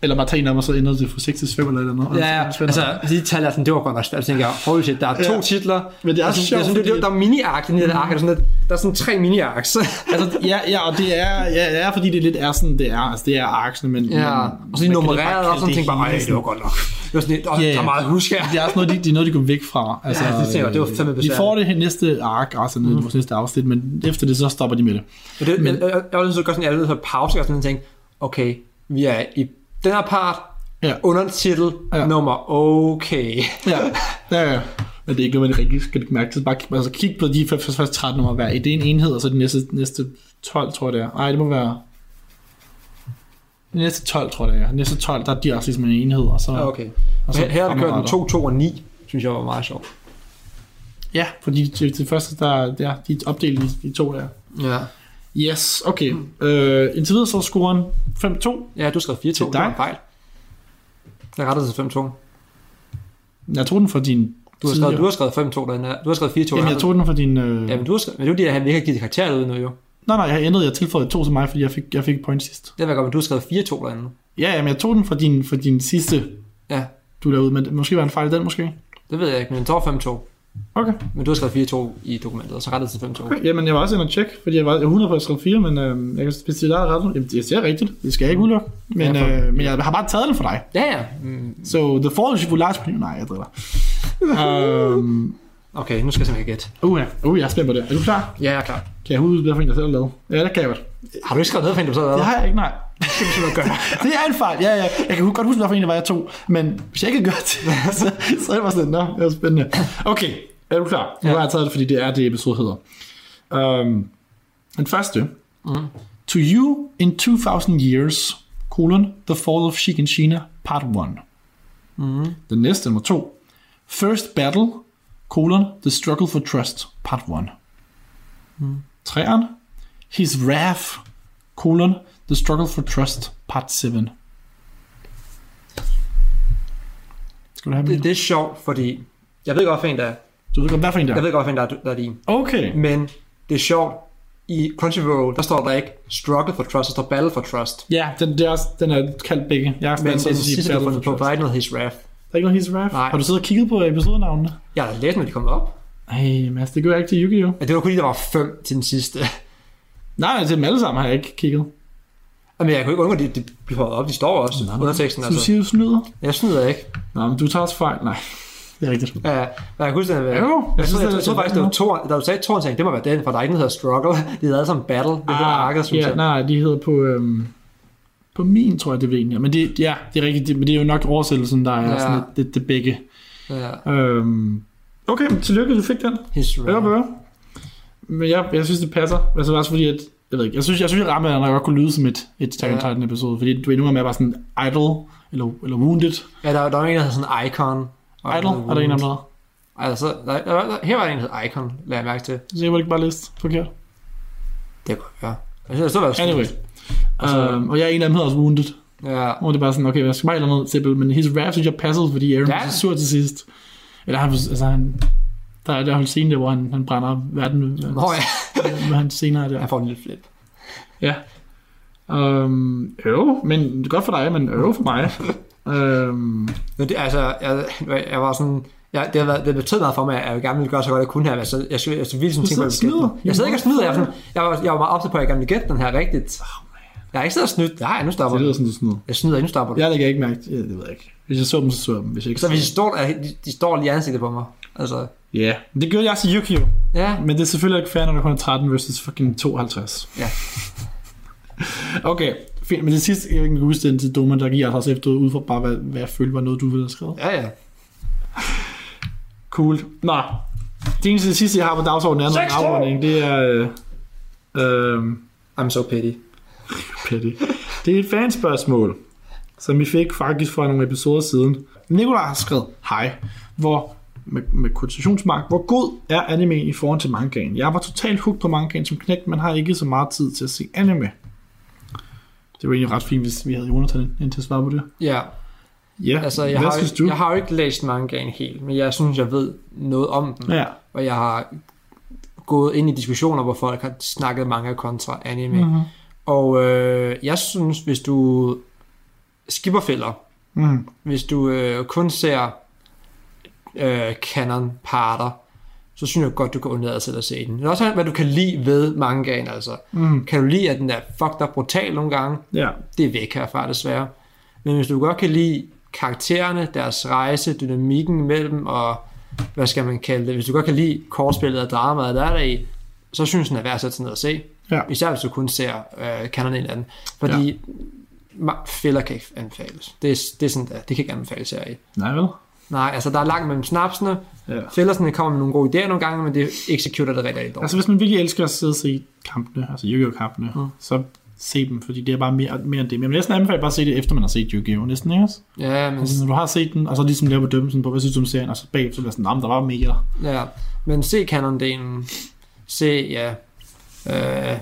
Speaker 4: Eller bare tage en om, og så ender det for 6 til 5 eller et eller noget.
Speaker 5: Ja, ja. altså de tal er sådan, det var godt nok svært. Jeg tænker, holy shit, der er to
Speaker 4: Ja.
Speaker 5: titler.
Speaker 4: Men det er
Speaker 5: Der
Speaker 4: også
Speaker 5: sådan-
Speaker 4: sjovt,
Speaker 5: sådan, det-
Speaker 4: fordi-
Speaker 5: Der er mini-ark, den her mm. ark, er sådan, lidt- der er sådan tre mini-arks.
Speaker 4: altså, ja, ja, og det er, ja, det er, fordi det lidt er sådan, det er. Altså, det er arksene, men...
Speaker 5: ja,
Speaker 4: men,
Speaker 5: og så de
Speaker 4: man kan
Speaker 5: nummereret
Speaker 4: da bare
Speaker 5: og sådan
Speaker 4: kalde
Speaker 5: tænker bare,
Speaker 4: hele
Speaker 5: "Ej, det var godt nok. Det var sådan lidt, åh,
Speaker 4: Ja,
Speaker 5: yeah.
Speaker 4: ja.
Speaker 5: der er meget at huske her.
Speaker 4: Det er også noget, de, det er noget, de går væk fra. Altså,
Speaker 5: Ja, det tænker jeg, det var
Speaker 4: øh,
Speaker 5: fandme
Speaker 4: Vi
Speaker 5: besværligt.
Speaker 4: får det her næste ark, altså mm. vores næste afsnit, men efter det, så stopper de med det.
Speaker 5: Men det, men, jeg, jeg, jeg, var nødt til at gøre sådan, jeg var nødt til at pause og sådan tænke, okay, vi er i den her part,
Speaker 4: Ja,
Speaker 5: undertitel,
Speaker 4: Ja.
Speaker 5: ja. nummer, okay.
Speaker 4: ja, ja, ja. Men det er ikke noget, man rigtig skal lægge mærke til. Bare kig- altså, kig på de første, første 13 nummer hver. Det er en enhed, og så de næste, næste 12, tror jeg det er. Nej, det må være... De næste 12, tror jeg det er. De næste 12, der er de også ligesom en enhed, og så...
Speaker 5: Ja, Ah, okay.
Speaker 4: Og så
Speaker 5: Her, her har vi kørt den
Speaker 4: fremadrettet.
Speaker 5: 2, 2 og 9, synes jeg var meget sjovt.
Speaker 4: Ja, fordi det, det første, der, der de er opdelt i, i to der.
Speaker 5: Ja.
Speaker 4: Yes, okay. Mm. Øh, indtil videre så er scoren 5-2.
Speaker 5: Ja, du skrev 4, 2,
Speaker 4: Til
Speaker 5: det var
Speaker 4: dig.
Speaker 5: en fejl. Jeg rettede til 5, 2.
Speaker 4: Jeg tog den fra din...
Speaker 5: Du har skrevet, du har skrevet 5, 2 derinde. her. Du har skrevet 4, 2.
Speaker 4: Jamen, jeg tog den fra din... Øh...
Speaker 5: Jamen, du har skrevet, men det er jo det, at vi ikke har givet karakterer ud nu, jo.
Speaker 4: Nej, nej, jeg har ændret. Jeg tilføjede to til mig, fordi jeg fik, jeg fik et point sidst.
Speaker 5: Det var godt, men du har skrevet 4, 2 derinde.
Speaker 4: Ja, jamen, jeg tog den fra din, fra din sidste,
Speaker 5: Ja,
Speaker 4: du lavede ud, men det- måske var en fejl i den, måske.
Speaker 5: det ved jeg ikke, men den står 5, 2.
Speaker 4: Okay.
Speaker 5: Men du har skrevet 4, 2 i dokumentet, og så rettede til 5, 2.
Speaker 4: okay. Jamen, jeg var også inde og tjekke, fordi jeg var jeg er 100 på skrevet 4, men øh, jeg kan spise dig ret. Jamen, det er rigtigt. Det skal jeg ikke udelukke. Men,
Speaker 5: Ja, for-
Speaker 4: øh, men jeg har bare taget den fra dig.
Speaker 5: Ja, ja. Mm,
Speaker 4: Så so, the fall is your last point. Nej, jeg driller. øhm,
Speaker 5: Okay, nu skal jeg simpelthen gætte.
Speaker 4: uh, ja. uh, jeg er spændt på det. Er du klar?
Speaker 5: Ja, jeg er klar.
Speaker 4: Kan jeg huske, hvad for en, jeg selv har lavet? Ja, det kan jeg godt.
Speaker 5: Har du ikke skrevet noget for en, du så har lavet?
Speaker 4: Det har jeg ikke, nej.
Speaker 5: Det skal vi simpelthen gøre.
Speaker 4: Det er en fejl. Ja, ja. Jeg kan godt huske, hvad for en, det var jeg to. Men hvis jeg ikke havde gjort det, så, så er det bare sådan, nå, det var spændende. Okay, er du klar? Nu
Speaker 5: Ja.
Speaker 4: har jeg taget det, fordi det er det, episode hedder. Um, den første. Mm.
Speaker 5: Mm-hmm.
Speaker 4: To you in 2000 years, colon, the fall of Sheik in China, part 1. Mm.
Speaker 5: Mm-hmm.
Speaker 4: Den næste, nummer to. First battle, colon, the struggle for trust, part 1. Mm.
Speaker 5: Mm-hmm.
Speaker 4: Træeren. His wrath, colon, the struggle for trust, part 7. Skal du have
Speaker 5: Det,
Speaker 4: det,
Speaker 5: det er sjovt, fordi jeg ved godt, hvad for en der er.
Speaker 4: Du ved godt, hvad for en der?
Speaker 5: Jeg ved godt, hvad for en der er, der er din.
Speaker 4: Okay.
Speaker 5: Men det er sjovt, i Crunchyroll, der står der ikke struggle for trust, der står battle for trust.
Speaker 4: Ja, den, det er også, den er kaldt begge. Jeg er
Speaker 5: Men
Speaker 4: spændt
Speaker 5: det
Speaker 4: så
Speaker 5: er
Speaker 4: at
Speaker 5: det sidste,
Speaker 4: sige,
Speaker 5: du har
Speaker 4: Battle
Speaker 5: fundet
Speaker 4: for
Speaker 5: på, der
Speaker 4: Trust.
Speaker 5: er ikke noget his wrath.
Speaker 4: Der er ikke noget His Wrath.
Speaker 5: Nej.
Speaker 4: Har du siddet og kigget på episodenavnene?
Speaker 5: Jeg har da læst, når de kom op.
Speaker 4: Ej, Mads, det gør jeg ikke til Yu-Gi-Oh!
Speaker 5: Ja, det var kun lige, der var fem til den sidste.
Speaker 4: Nej, nej, til dem alle sammen har jeg ikke kigget.
Speaker 5: Men jeg kunne ikke undgå, at de, de blev hoppet op. De står også
Speaker 4: nej.
Speaker 5: under teksten.
Speaker 4: Så du
Speaker 5: Altså.
Speaker 4: siger, du snyder?
Speaker 5: Jeg snyder ikke.
Speaker 4: Nej, men du tager også fejl. Nej, det er rigtigt.
Speaker 5: Ja, men jeg kan huske, at jeg,
Speaker 4: Jo, jeg
Speaker 5: jeg,
Speaker 4: synes,
Speaker 5: synes, jeg,
Speaker 4: det er-
Speaker 5: jeg, troede faktisk, det var Toren, da du sagde Toren, tænkte, jeg, det må være den, for der er ikke noget, der hedder Struggle. De hedder alle sammen Battle. Det hedder Arket, synes
Speaker 4: Ah, ja,
Speaker 5: jeg.
Speaker 4: Nej, de hedder på... Øhm, på min, tror jeg, det er egentlig. Men det, ja, det er rigtigt. Det, men det er jo nok oversættelsen, der er
Speaker 5: Ja.
Speaker 4: sådan lidt det, det begge.
Speaker 5: Ja.
Speaker 4: Øhm, Okay, men tillykke, du fik den.
Speaker 5: His
Speaker 4: Øre på øre. Men jeg, jeg synes, det passer. Altså også fordi, at, jeg ved ikke, jeg synes, jeg synes, at Ramadaner godt kunne lyde som et, et Attack on
Speaker 5: Ja.
Speaker 4: Titan episode, fordi du ved, nu er mere bare sådan idle, eller, eller wounded.
Speaker 5: Ja, der, der var en, der hed sådan Icon. Og
Speaker 4: Idle, er der en af dem, der hedder?
Speaker 5: Altså, der, der, der, her var der en, der hed Icon, lagde jeg mærke til.
Speaker 4: Så jeg var ikke bare læst forkert.
Speaker 5: Det kunne jeg gøre. Jeg synes, det så var sådan.
Speaker 4: Anyway.
Speaker 5: Og så-
Speaker 4: Øhm, og jeg er en af dem, hedder også Wounded.
Speaker 5: Ja,
Speaker 4: Hvor det er bare sådan, okay, jeg skal bare et eller andet simpelt, men his rap synes jeg passede, fordi Aaron
Speaker 5: Ja.
Speaker 4: ja. er sur til sidst. Eller han, altså han, der er der er en scene der, hvor han, han brænder verden med, med,
Speaker 5: Nå ja,
Speaker 4: med hans senere der.
Speaker 5: jeg får en lille flip.
Speaker 4: Ja. Øhm, øv, men godt for dig, men øv for mig. øhm,
Speaker 5: Men det, altså, jeg, jeg var sådan... Jeg, det, har været, det betød meget for mig, at jeg gerne ville gøre så godt, jeg kunne her. men Altså, jeg, jeg, jeg, jeg virkelig sådan
Speaker 4: Du
Speaker 5: tænke, på,
Speaker 4: sidder
Speaker 5: jeg ville
Speaker 4: og snyder.
Speaker 5: gætte den. Jeg sidder ikke og snyder. Jeg, var sådan, jeg, var, jeg var meget optaget på, at jeg gerne ville gætte den her rigtigt. Jeg har ikke siddet og snydt. Nej, nu stopper
Speaker 4: det lyder
Speaker 5: du.
Speaker 4: sådan, du snyder.
Speaker 5: Jeg snyder, nu stopper du.
Speaker 4: Jeg lægger ikke mærke til, det ved jeg ikke. Hvis jeg så dem, så så jeg dem. Hvis jeg ikke
Speaker 5: Så hvis
Speaker 4: dem.
Speaker 5: de står, er- de, de står lige i ansigtet på mig. Altså,
Speaker 4: Ja, yeah. det gjorde jeg også i Yukio.
Speaker 5: ja.
Speaker 4: Men det er selvfølgelig ikke fair, når der kun er 13 versus fucking 52.
Speaker 5: Ja.
Speaker 4: okay, fint. Men det sidste, jeg kan huske den til Doma, der giver altså også efter ud fra bare, hvad, hvad jeg følte var noget, du ville have skrevet.
Speaker 5: Ja, ja.
Speaker 4: Cool. Nå, det eneste det sidste, jeg har på dagsordenen er noget
Speaker 5: Seks
Speaker 4: afrunding. Det er... Øh, øh,
Speaker 5: I'm so petty.
Speaker 4: Petty. Det er et fanspørgsmål, som vi fik faktisk for nogle episoder siden. Nikolaj har skrevet, hej, hvor med, med quotationsmark, hvor god er anime i forhold til mangaen? Jeg var totalt hooked på mangaen som knægt, men har ikke så meget tid til at se anime. Det var egentlig ret fint, hvis vi havde Jonathan ind- ind til at svare på det.
Speaker 5: Ja,
Speaker 4: Ja,
Speaker 5: altså jeg
Speaker 4: hvad
Speaker 5: har,
Speaker 4: synes du?
Speaker 5: jeg har jo ikke læst mangaen helt, men jeg synes, jeg ved noget om den.
Speaker 4: Ja,
Speaker 5: Og jeg har gået ind i diskussioner, hvor folk har snakket manga kontra anime. Mm-hmm.
Speaker 4: mm-hmm.
Speaker 5: Og øh, jeg synes, hvis du skipperfælder,
Speaker 4: Mm.
Speaker 5: hvis du øh, kun ser øh, canon parter, så synes jeg godt, du kan undlade til at se den. Men også hvad du kan lide ved mangaen, altså.
Speaker 4: Mm.
Speaker 5: Kan du lide, at den er fucked up brutal nogle gange?
Speaker 4: ja,
Speaker 5: det er væk herfra desværre. Men hvis du godt kan lide karaktererne, deres rejse, dynamikken mellem og hvad skal man kalde det, hvis du godt kan lide kortspillet og dramaet, der er der i, så synes den er værd at sætte sig ned og se.
Speaker 4: Ja.
Speaker 5: Især hvis du kun ser øh, kanonerne eller anden. Fordi ja. fælder kan ikke anbefales. Det, er- det er sådan, det, er. det kan ikke anbefales her i.
Speaker 4: nej vel?
Speaker 5: Nej, altså der er langt mellem snapsene.
Speaker 4: Ja.
Speaker 5: Fældersene kommer med nogle gode idéer nogle gange, men det executer det rigtig, rigtig dårligt.
Speaker 4: Altså hvis man virkelig elsker at sidde og se kampene, altså yu kampene
Speaker 5: Mm.
Speaker 4: mm. så se dem, fordi det er bare mere, mere end det. Men jeg vil næsten anbefale bare at se det, efter man har set Yu-Gi-Oh! næsten, ikke også?
Speaker 5: ja, men
Speaker 4: Altså, når du har set den, og så ligesom laver bedømmelsen på, hvad synes du om serien, og så bagefter bliver sådan, nah, der var mere.
Speaker 5: Ja, men se Canon-delen. Se, ja, øh,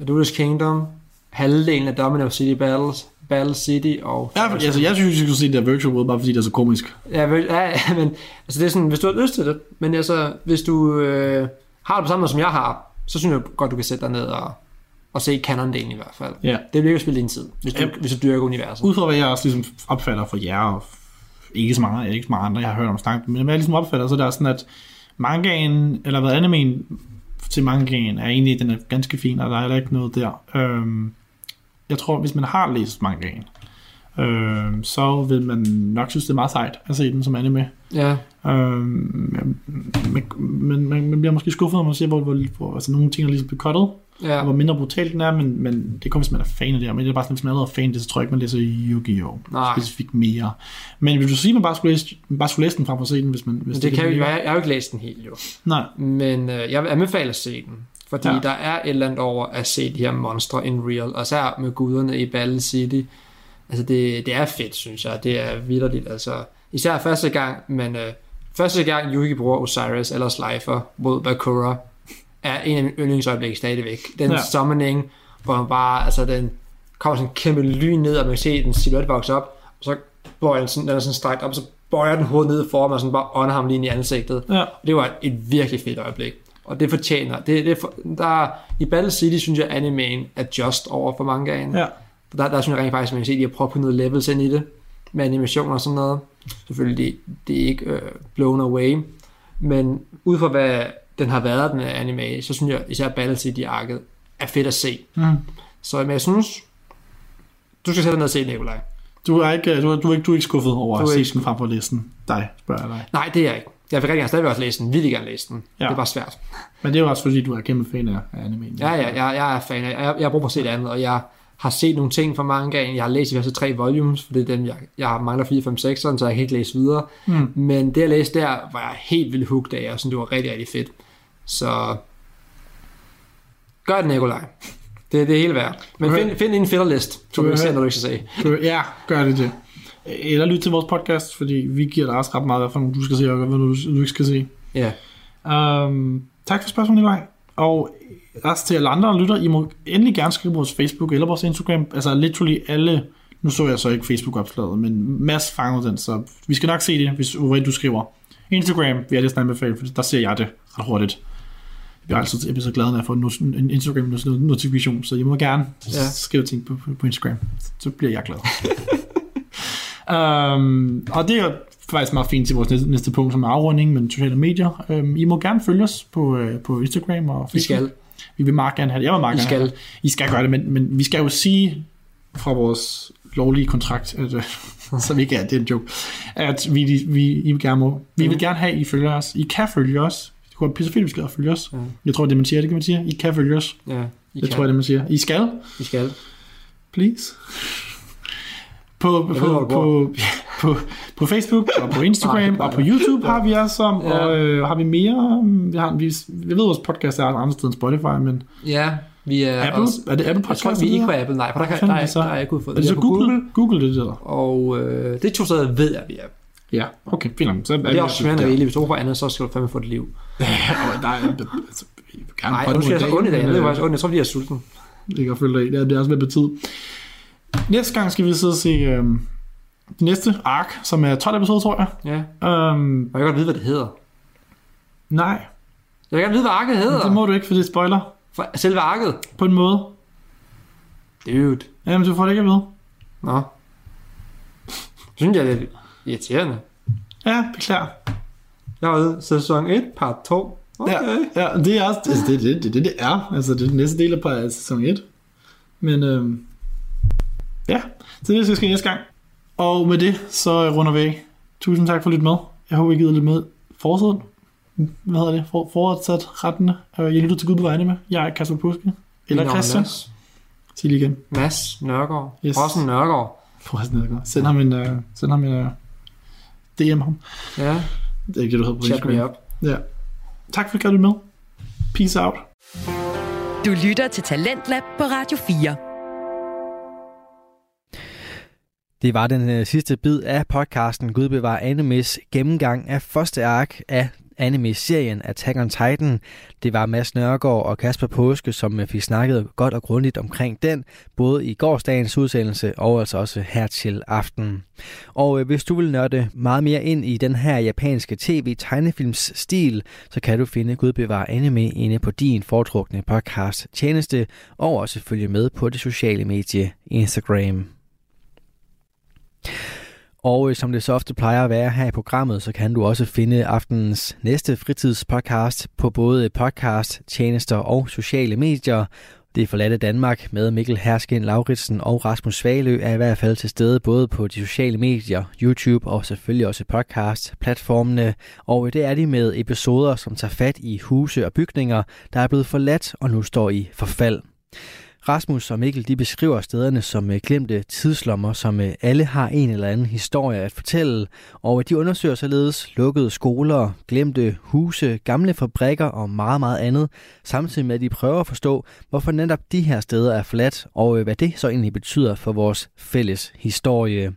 Speaker 5: Ludas Kingdom, halvdelen af Domino City Battles, Battle City og...
Speaker 4: Ja, for- altså, jeg synes, vi skulle se det der Virtual World, bare fordi det er så komisk.
Speaker 5: Ja, vel, ja, men altså det er sådan, hvis du har lyst til det, men altså, hvis du øh, har det på samme måde, som jeg har, så synes jeg godt, du kan sætte dig ned og, og se Canon-delen i hvert fald.
Speaker 4: Ja.
Speaker 5: Det bliver jo spillet din tid, hvis du,
Speaker 4: Ja.
Speaker 5: hvis du dyrker universet.
Speaker 4: Ud fra hvad jeg også ligesom opfatter for jer, og f- ikke så mange, ikke så mange andre, jeg har hørt om snakke, men hvad jeg ligesom opfatter, så er der sådan, at mangaen, eller hvad animen til mangaen, er egentlig, den er ganske fin, og der er heller ikke noget der. Øhm, jeg tror, hvis man har læst mangaen, øhm, så vil man nok synes, det er meget sejt at se den som anime.
Speaker 5: Ja,
Speaker 4: Øhm, men, men, men man bliver måske skuffet, når man ser, hvor, hvor, hvor altså, nogle ting er ligesom blev cuttet,
Speaker 5: ja.
Speaker 4: og hvor mindre brutal den er, men, men det kommer, hvis man er fan af det her. Men det er bare sådan, hvis man allerede er fan af det, så tror jeg ikke, man læser Yu-Gi-Oh!
Speaker 5: Nej.
Speaker 4: specifikt mere. Men vil du sige, at man bare skulle læse, bare skulle læse den frem for at se den, hvis man... Hvis
Speaker 5: Men det kan
Speaker 4: er
Speaker 5: jo,
Speaker 4: det,
Speaker 5: jeg,
Speaker 4: man
Speaker 5: jeg har jo ikke læst den helt jo.
Speaker 4: vil? Nej,
Speaker 5: Men øh, jeg vil anbefale at se den, fordi ja.
Speaker 4: Ja.
Speaker 5: der er et eller andet over at se de her monstre in real, og især med guderne i Battle City. Altså det, det er fedt, synes jeg. Det er vidderligt. Altså, især første gang, men øh, første gang Yuki bruger Osiris eller Slifer mod Bakura, er en af mine yndlingsøjeblik stadigvæk. Den ja.
Speaker 4: Ja.
Speaker 5: summoning, hvor han bare, altså den kommer sådan en kæmpe lyn ned, og man kan se den silhuet vokse op, og så bøjer den sådan, den er sådan strakt op, så bøjer den hovedet ned foran mig, og sådan bare ånder ham lige ind i ansigtet.
Speaker 4: ja.
Speaker 5: Og det var et, et virkelig fedt øjeblik. Og det fortjener. Det, det for, der, I Battle City synes jeg, animen er just over for mangaen.
Speaker 4: Ja.
Speaker 5: Der, der synes jeg rent faktisk, at man kan se, at de har prøvet på noget levels ind i det. Med animationer og sådan noget. Selvfølgelig, det, det er ikke øh, blown away. Men ud fra hvad den har været, den her anime, så synes jeg især Battle City-arket er fedt at se.
Speaker 4: Mm.
Speaker 5: Så men jeg synes, du skal sætte dig ned og se Nikolaj.
Speaker 4: Du er ikke, du er, du er ikke, du er ikke skuffet over
Speaker 5: Du
Speaker 4: at
Speaker 5: er ikke
Speaker 4: se den frem for at læse den. Dig, spørger jeg dig.
Speaker 5: Nej, det er jeg ikke. Jeg vil rigtig gerne stadigvæk også læse den. Vildt gerne læse den.
Speaker 4: Ja.
Speaker 5: Det er bare svært.
Speaker 4: Men det er jo også fordi, du er kæmpe fan af, af animen.
Speaker 5: Ja, ja, jeg, jeg er fan af, jeg, jeg har brug for at se det andet, og jeg har set nogle ting fra mangaen. Jeg har læst i hvert fald tre volumes, for det er dem, jeg, jeg mangler 4, 5, 6, så jeg kan ikke læse videre.
Speaker 4: Mm.
Speaker 5: Men det, jeg læste der, var jeg helt vildt hooked af, og sådan, det var rigtig, rigtig fedt. Så gør det, Nikolaj. Det, det er hele værd. Men
Speaker 4: Okay.
Speaker 5: find, find en fedderlist, som
Speaker 4: Okay.
Speaker 5: du sender, du ikke skal sige.
Speaker 4: Du- Ja, gør det det. Eller lyt til vores podcast, fordi vi giver dig også ret meget, hvad for nogle du skal se, og hvad for nogle du, du ikke skal se.
Speaker 5: Ja.
Speaker 4: Um, tak for spørgsmålet, Nikolaj. Og også til alle andre der lytter, I må endelig gerne skrive på vores Facebook eller vores Instagram. Altså literally alle, nu så jeg så ikke Facebook-opslaget, men Mads fangede den, så vi skal nok se det, hvis Uri, du skriver. Instagram vil jeg næsten anbefale, for der ser jeg det ret hurtigt. Jeg bliver altid jeg bliver så glad, når jeg får en not- en Instagram-notifikation, så jeg må gerne ja.
Speaker 5: Ja.
Speaker 4: skrive ting på, på, på Instagram. Så bliver jeg glad. Um, og det er jo faktisk meget fint til vores næste, næste punkt, som er afrunding med sociale medier. Um, I må gerne følge os på, øh, på Instagram og
Speaker 5: I
Speaker 4: Facebook.
Speaker 5: skal.
Speaker 4: Vi vil meget gerne have det. Jeg vil meget
Speaker 5: I
Speaker 4: gerne have
Speaker 5: skal.
Speaker 4: det. I skal gøre det, men, men vi skal jo sige fra vores lovlige kontrakt, at, øh, som ikke er, det er en joke, at vi, vi, I vil gerne må, vi vil
Speaker 5: Mhm.
Speaker 4: gerne have, at I følger os. I kan følge os. Det kunne være pisse fedt, hvis I gad at følge os.
Speaker 5: Mhm.
Speaker 4: Jeg tror, det er det, man siger. Det kan man sige. I kan følge os.
Speaker 5: Ja, I
Speaker 4: Det
Speaker 5: kan.
Speaker 4: tror jeg, det er, man siger. I skal.
Speaker 5: I skal.
Speaker 4: Please. På, på,
Speaker 5: ved, hvor
Speaker 4: på,
Speaker 5: du
Speaker 4: på, på, på Facebook og på Instagram og på YouTube har vi os som,
Speaker 5: Ja.
Speaker 4: og øh, har vi mere? Vi har, vi, jeg ved, vores podcast er andre steder end Spotify, men
Speaker 5: Ja, vi er
Speaker 4: Apple?
Speaker 5: også...
Speaker 4: Er det Apple
Speaker 5: Jeg tror
Speaker 4: Podcast?
Speaker 5: ikke, vi er ikke på Apple, nej, for der, kan,
Speaker 4: fanden
Speaker 5: der,
Speaker 4: er
Speaker 5: er,
Speaker 4: det så?
Speaker 5: der er ikke udfordret.
Speaker 4: Er det så
Speaker 5: Vi er på
Speaker 4: Google? Google det der.
Speaker 5: Og øh, det to steder ved jeg, vi er.
Speaker 4: Ja, okay, fint. nok. Så er
Speaker 5: Og det er også
Speaker 4: der.
Speaker 5: svært, at Hvis du tror på andet, så skal du fandme få et liv.
Speaker 4: Og der er, altså, vi vil gerne
Speaker 5: Nej,
Speaker 4: potte
Speaker 5: nu skal
Speaker 4: mod
Speaker 5: jeg så ondt i dag. Jeg
Speaker 4: men,
Speaker 5: ved
Speaker 4: øh,
Speaker 5: faktisk ondt. Jeg tror, fordi jeg er sulten.
Speaker 4: Det kan jeg følge dig i. Det er, det er også ved at blive tid. Næste gang skal vi sidde og se øhm, det næste ark, som er 12 episoder, tror jeg.
Speaker 5: Ja.
Speaker 4: Øhm,
Speaker 5: Og jeg kan godt vide, hvad det hedder.
Speaker 4: nej,
Speaker 5: Jeg vil gerne vide, hvad arket hedder.
Speaker 4: det må du ikke, for det er spoiler.
Speaker 5: For selve arket.
Speaker 4: På en måde.
Speaker 5: Dude.
Speaker 4: Jamen, du får det ikke at vide.
Speaker 5: Nå. Synes jeg, det er lidt irriterende.
Speaker 4: Ja, beklager.
Speaker 5: Jeg var ved sæson 1, part 2. Okay.
Speaker 4: Ja, ja, det er også altså, det, det, det, det, det er. Altså, det er den næste del af par- sæson 1. Men øhm, ja, så det skal ske næste gang. Og med det, så runder vi af. Tusind tak for at lytte med. Jeg håber, I gider lidt med forsiden. Hvad hedder det? For, fortsat rettene. Øh, Jeg lytter til Gud på vegne med. Jeg er Kasper Puske.
Speaker 5: Mit
Speaker 4: Eller
Speaker 5: navn er
Speaker 4: Christian.
Speaker 5: Mads.
Speaker 4: Sig lige igen.
Speaker 5: Mads Nørgaard.
Speaker 4: Yes.
Speaker 5: Yes. Rossen Nørgaard.
Speaker 4: Forresten, Nedergaard. Send ham en... Øh, send ham en øh, DM ham.
Speaker 5: Ja.
Speaker 4: Det er ikke det, du hedder på
Speaker 5: Chat me
Speaker 4: Instagram.
Speaker 5: up.
Speaker 4: Ja. Tak for at lytte med. Peace out.
Speaker 2: Du lytter til Talentlab på Radio 4.
Speaker 3: Det var den øh, sidste bid af podcasten Gud bevarer Animes gennemgang af første ark af anime-serien Attack on Titan. Det var Mads Nørgaard og Kasper Påske, som øh, fik snakket godt og grundigt omkring den, både i gårsdagens udsendelse og altså også her til aftenen. Og øh, hvis du vil nørde meget mere ind i den her japanske tv-tegnefilms-stil, så kan du finde Gud bevarer anime inde på din foretrukne podcast tjeneste, og også følge med på det sociale medie Instagram. Og øh, som det så ofte plejer at være her i programmet, så kan du også finde aftenens næste fritidspodcast på både podcast, tjenester og sociale medier. Det forladte Danmark med Mikkel Hersken Lauritsen og Rasmus Svalø er i hvert fald til stede både på de sociale medier, YouTube og selvfølgelig også podcast-platformene. Og øh, det er de med episoder, som tager fat i huse og bygninger, der er blevet forladt og nu står i forfald. Rasmus og Mikkel de beskriver stederne som øh, glemte tidslommer, som øh, alle har en eller anden historie at fortælle, og øh, de undersøger således lukkede skoler, glemte huse, gamle fabrikker og meget, meget andet, samtidig med at de prøver at forstå, hvorfor netop de her steder er forladt, og øh, hvad det så egentlig betyder for vores fælles historie.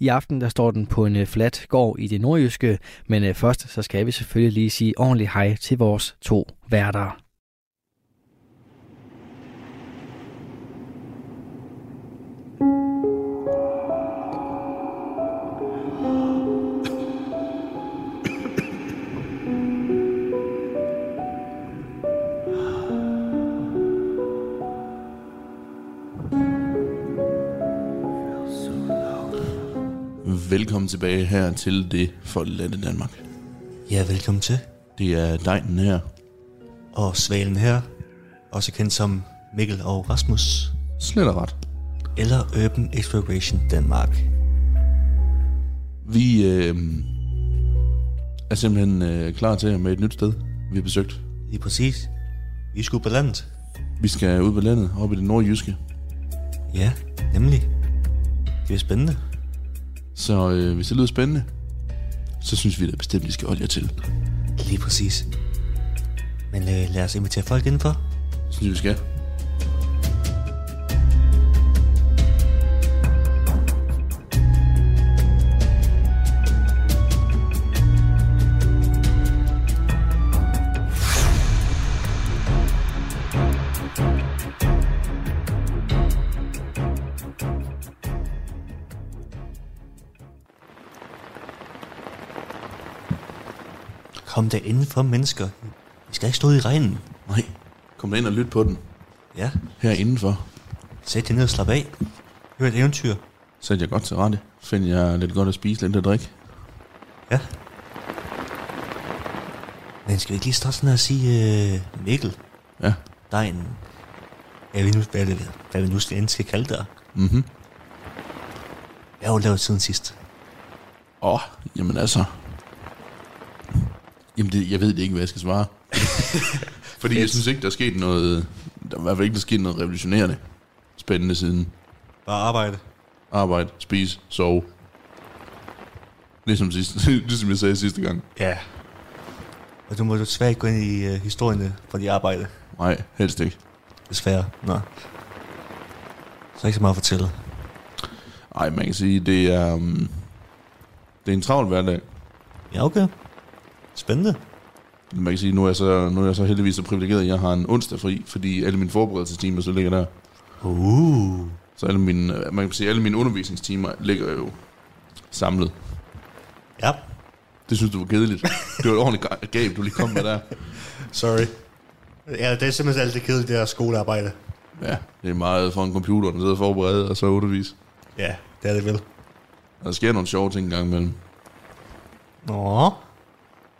Speaker 3: I aften der står den på en øh, flat gård i det nordjyske, men øh, først så skal vi selvfølgelig lige sige ordentligt hej til vores to værter.
Speaker 6: Velkommen tilbage her til det forladte Danmark.
Speaker 7: Ja, velkommen til.
Speaker 6: Det er dejen her,
Speaker 7: Og Svalen her, også kendt som Mikkel og Rasmus,
Speaker 6: slet og ret.
Speaker 7: eller Urban Exploration Danmark.
Speaker 6: Vi øh, er simpelthen øh, klar til med et nyt sted, vi har besøgt.
Speaker 7: Lige præcis. Vi skulle på landet.
Speaker 6: Vi skal ud på landet, op i det nordjyske.
Speaker 7: Ja, nemlig. Det er spændende.
Speaker 6: Så øh, hvis det lyder spændende, så synes vi da bestemt, at I skal holde jer til.
Speaker 7: Lige præcis. Men øh, lad os invitere folk indenfor.
Speaker 6: Det synes jeg, vi skal.
Speaker 7: Kom der indenfor, mennesker. Vi skal ikke stå ude i regnen.
Speaker 6: Nej, kom da ind og lyt på den.
Speaker 7: Ja,
Speaker 6: Her indenfor.
Speaker 7: sæt jer ned og slap af. Hør et eventyr.
Speaker 6: Sæt jer godt til rette. Find jer lidt godt at spise, lidt at drikke.
Speaker 7: Ja. Men skal vi ikke lige starte sådan her og sige, øh, Mikkel,
Speaker 6: Ja,
Speaker 7: der er en... Ja, vi nu, hvad, er det- hvad vi nu skal, end skal kalde dig. Mhm. Hvad har du lavet siden sidst?
Speaker 6: Åh, oh, jamen altså. Jamen, det, jeg ved det ikke, hvad jeg skal svare. Fordi jeg synes ikke, der er sket noget... Der er i hvert fald ikke, der er sket noget revolutionerende. Spændende siden.
Speaker 7: Bare arbejde.
Speaker 6: Arbejde, spise, sove. Ligesom, sidst, ligesom jeg sagde sidste gang.
Speaker 7: Ja. Og du må desværre ikke gå ind i øh, historien for dit arbejde.
Speaker 6: Nej, helst ikke.
Speaker 7: Desværre. Nå. Så ikke så meget at fortælle.
Speaker 6: Ej, man kan sige, det er... Um, det er en travl hverdag.
Speaker 7: Ja, okay. Spændende.
Speaker 6: Men Man kan sige, nu er jeg så, nu er jeg så heldigvis så privilegeret, at jeg har en onsdag fri, fordi alle mine forberedelsestimer så ligger der.
Speaker 7: Uh.
Speaker 6: Så alle mine, øh, man kan sige, alle mine undervisningstimer ligger jo samlet.
Speaker 7: Ja.
Speaker 6: Det synes du var kedeligt. Det var et ordentligt ga- gab, du lige kom med der.
Speaker 7: Sorry. Ja, det er simpelthen alt det kedelige, det der skolearbejde.
Speaker 6: Ja, det er meget for en computer, der sidder og forbereder og så undervise.
Speaker 7: Ja, det er det vel.
Speaker 6: Og der sker nogle sjove ting en gang imellem.
Speaker 7: Nå.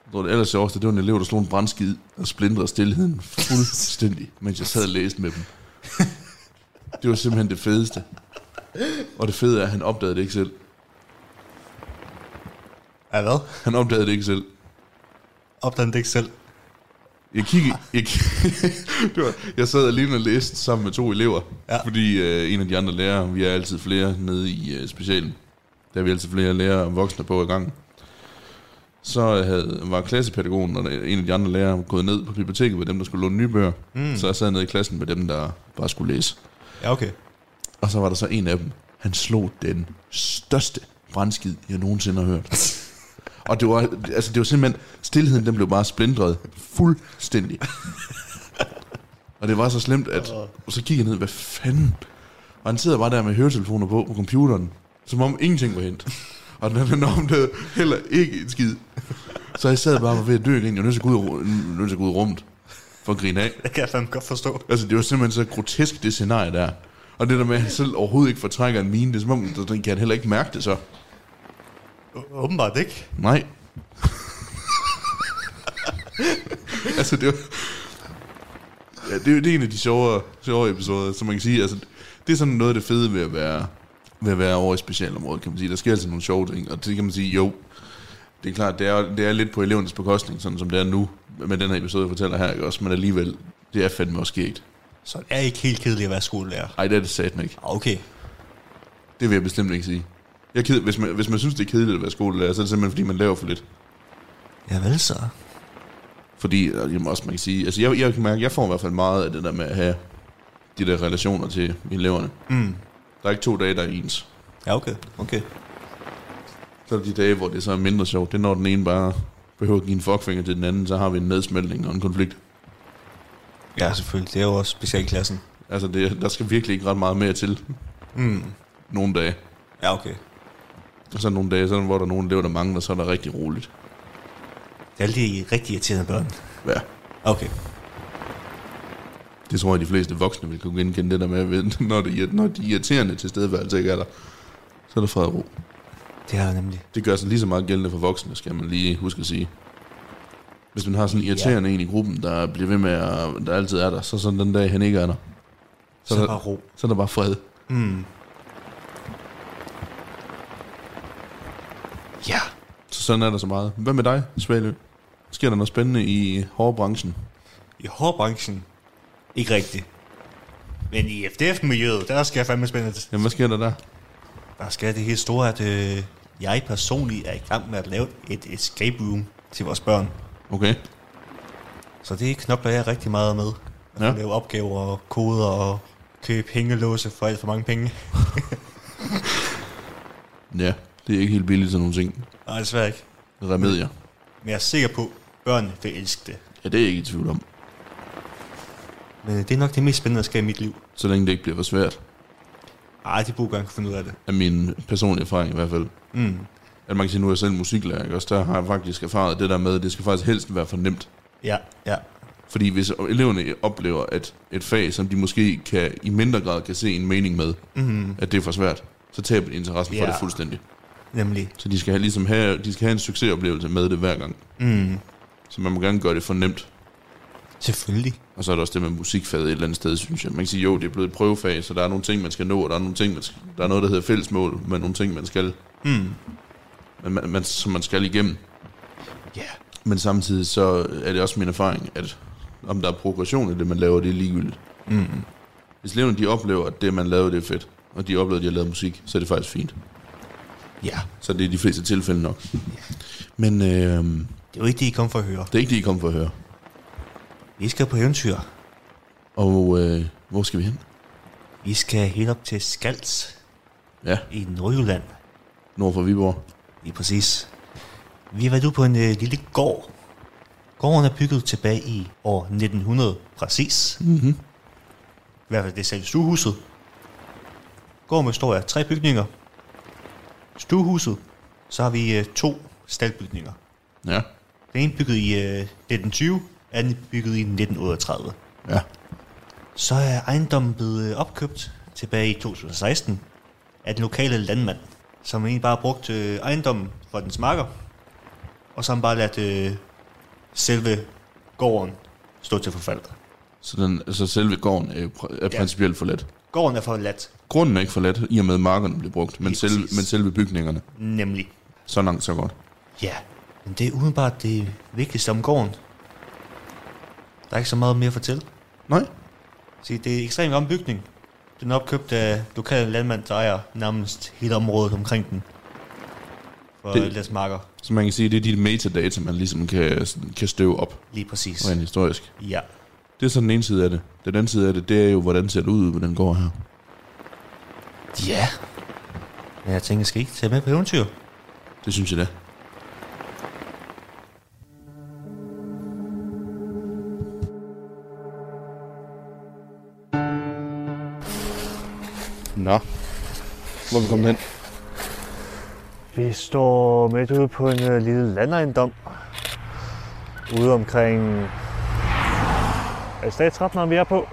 Speaker 6: Jeg tror, det aller sjoveste, det var en elev, der slog en brandskid og splindrede stillheden fuldstændig, mens jeg sad og læste med dem. Det var simpelthen det fedeste. Og det fede er, at han opdagede det ikke selv.
Speaker 7: Ja, hvad?
Speaker 6: Han opdagede det ikke selv.
Speaker 7: Opdagede det ikke selv.
Speaker 6: Jeg kiggede... Jeg, kiggede det var, jeg sad alene og læste sammen med to elever,
Speaker 7: Ja.
Speaker 6: ja. fordi øh, en af de andre lærere, vi er altid flere nede i øh, specialen, der er vi altid flere lærere og voksne på i gangen. Så øh, havde, var klassepædagogen og en af de andre lærere gået ned på biblioteket med dem, der skulle låne nye bøger. Mm. Så jeg sad nede i klassen med dem, der bare skulle læse.
Speaker 7: Ja, okay.
Speaker 6: Og så var der så en af dem, han slog den største brandskid, jeg nogensinde har hørt. Og det var, altså det var simpelthen, stillheden den blev bare splindret fuldstændig. Og det var så slemt, at og så kiggede jeg ned, hvad fanden? Og han sidder bare der med høretelefoner på på computeren, som om ingenting var hent. Og den anden om det heller ikke en skid. Så jeg sad bare og var ved at dø igen. Jeg var nødt til at gå ud, af ru- nødt til at gå ud af rummet for at grine af.
Speaker 7: Det kan jeg fandme godt forstå.
Speaker 6: Altså, det var simpelthen så grotesk, det scenarie der. Og det der med, at han selv overhovedet ikke fortrækker en mine, det er som om, der kan han heller ikke mærke det så.
Speaker 7: Åbenbart ikke.
Speaker 6: Nej. altså, det var... Ja, det er jo det er en af de sjovere, sjovere episoder, som man kan sige. Altså, det er sådan noget af det fede ved at være, ved at være over i specialområdet, kan man sige. Der sker altid nogle sjove ting, og det kan man sige, jo, det er klart, det er, det er lidt på elevernes bekostning, sådan som det er nu, med den her episode, jeg fortæller her, ikke også? Men alligevel, det er fandme også skægt.
Speaker 7: Så det er ikke helt kedeligt at være skolelærer.
Speaker 6: Ej, det er det satme ikke.
Speaker 7: Ah, Okay.
Speaker 6: Det vil jeg bestemt ikke sige. Jeg er ked, hvis, man, hvis man synes, det er kedeligt at være skolelærer, så er det simpelthen, fordi man laver for lidt.
Speaker 7: Ja, vel så.
Speaker 6: Fordi, øh, jamen også man kan sige, altså jeg, jeg kan mærke, jeg får i hvert fald meget af det der med at have de der relationer til eleverne. Mm. Der er ikke to dage, der er ens.
Speaker 7: Ja, okay. Okay.
Speaker 6: Så er der de dage, hvor det så er mindre sjovt. Det er når den ene bare behøver at give en fuckfinger til den anden, så har vi en nedsmeltning og en konflikt.
Speaker 7: Ja, selvfølgelig. Det er jo også specialklassen.
Speaker 6: Altså det, der skal virkelig ikke ret meget mere til. Mm. Nogle dage.
Speaker 7: Ja, okay.
Speaker 6: Og så er der nogle dage, sådan, hvor der er nogle elever, der mangler, så er der rigtig roligt.
Speaker 7: Det er alle de rigtig irriterende børn.
Speaker 6: Ja.
Speaker 7: Okay.
Speaker 6: Det tror jeg, de fleste voksne vil kunne genkende det der med, at når de, når de irriterende tilstedeværelse ikke er der, så er der fred og ro.
Speaker 7: Det er der nemlig.
Speaker 6: Det gør sig lige så meget gældende for voksne, skal man lige huske at sige. Hvis man har sådan en irriterende ja. en i gruppen, der bliver ved med at, der altid er der, så sådan den dag, han ikke er der,
Speaker 7: Så,
Speaker 6: Så-
Speaker 7: så bare ro. Mm.
Speaker 6: så er der bare fred.
Speaker 7: Ja.
Speaker 6: Så sådan er der så meget. Hvad med dig, Svalø? Sker der noget spændende i hårdbranchen?
Speaker 7: I hårbranchen. Ikke rigtigt. Men i FDF-miljøet, der sker fandme spændende.
Speaker 6: Jamen, hvad sker der der?
Speaker 7: Der sker det helt store, at øh, jeg personligt er i gang med at lave et escape room til vores børn.
Speaker 6: Okay.
Speaker 7: Så det knokler jeg rigtig meget med. At
Speaker 6: Ja.
Speaker 7: ja. lave opgaver og koder og købe hængelåse for alt for mange penge.
Speaker 6: Ja, det er ikke helt billigt sådan nogle ting.
Speaker 7: Nej, desværre ikke.
Speaker 6: Remedier.
Speaker 7: Men jeg er sikker på, at børnene vil elske det.
Speaker 6: Ja, det er jeg ikke i tvivl om.
Speaker 7: Men øh, det er nok det mest spændende, der sker i mit liv.
Speaker 6: Så længe det ikke bliver for svært.
Speaker 7: Ej, de burde gerne kunne finde ud af det.
Speaker 6: af min personlige erfaring i hvert fald. Mm. At man kan sige, nu er jeg selv musiklærer, ikke? også der har jeg faktisk erfaret det der med, at det skal faktisk helst være for nemt.
Speaker 7: Ja, ja.
Speaker 6: Fordi hvis eleverne oplever, at et fag, som de måske kan, i mindre grad kan se en mening med, mm. at det er for svært, så taber de interessen yeah. for
Speaker 7: Ja.
Speaker 6: det fuldstændig.
Speaker 7: Nemlig.
Speaker 6: Så de skal, have, ligesom have, de skal have en succesoplevelse med det hver gang. Mm. Så man må gerne gøre det for nemt.
Speaker 7: Selvfølgelig.
Speaker 6: Og så er der også det med musikfaget et eller andet sted, synes jeg. Man kan sige, jo, det er blevet et prøvefag, så der er nogle ting, man skal nå, og der er, nogle ting, man skal, der er noget, der hedder fællesmål, men nogle ting, man skal, mm. man, man, man, som man skal igennem.
Speaker 7: Ja. Yeah.
Speaker 6: Men samtidig så er det også min erfaring, at om der er progression i det, man laver, det er ligegyldigt. Mm.
Speaker 7: Mm-hmm.
Speaker 6: Hvis eleverne de oplever, at det, man laver, det er fedt, og de oplever, at de har lavet musik, så er det faktisk fint.
Speaker 7: Ja.
Speaker 6: Så det er de fleste tilfælde nok. Men øh, det
Speaker 7: Det er jo ikke det, I kom for at høre.
Speaker 6: er ikke det, I kom for at høre.
Speaker 7: Vi skal på eventyr.
Speaker 6: Og øh, hvor skal vi hen?
Speaker 7: Vi skal helt op til Skals
Speaker 6: Ja,
Speaker 7: i Nordjylland.
Speaker 6: nord for Viborg.
Speaker 7: Lige præcis. Vi har været ude på en øh, lille gård. Gården er bygget tilbage i år 1900, præcis. Mm-hmm. I hvert fald det er selv stuehuset. Gården består af tre bygninger. Stuehuset, så har vi øh, to staldbygninger.
Speaker 6: Ja,
Speaker 7: Den ene bygget i øh, 1920, anden bygget i 1938.
Speaker 6: ja.
Speaker 7: Så er ejendommen blevet øh, opkøbt tilbage i 2016 af den lokale landmand, som egentlig bare brugte øh, ejendommen for dens marker, og så har han bare ladt øh, selve gården stå til forfald.
Speaker 6: Så, den, så selve gården er, jo pr- er
Speaker 7: Ja.
Speaker 6: principielt forladt.
Speaker 7: Gården er forladt,
Speaker 6: Grunden er ikke forladt, i og med at markerne bliver brugt, men
Speaker 7: Lige
Speaker 6: selve,
Speaker 7: præcis.
Speaker 6: men selve bygningerne.
Speaker 7: nemlig.
Speaker 6: Så langt, så godt.
Speaker 7: Ja, men det er udenbart det vigtigste om gården. Der er ikke så meget mere at fortælle.
Speaker 6: Nej,
Speaker 7: Se, det er ekstremt ombygning. Den er opkøbt af lokale landmand, der ejer nærmest hele området omkring den. For
Speaker 6: Det-
Speaker 7: det... deres marker,
Speaker 6: Så man kan sige, det er de metadata, man ligesom kan, kan støve op
Speaker 7: lige præcis.
Speaker 6: rent historisk.
Speaker 7: Ja,
Speaker 6: Det er så den ene side af det. Den anden side af det, det er jo, hvordan ser det ud, hvordan går her.
Speaker 7: Ja. Men jeg tænker, skal I ikke tage med på eventyr?
Speaker 6: Det synes jeg da. Nå, hvor er vi kommet hen?
Speaker 7: Vi står midt ude på en øh, lille landejendom. Ude omkring... Er det statsretten, vi er på?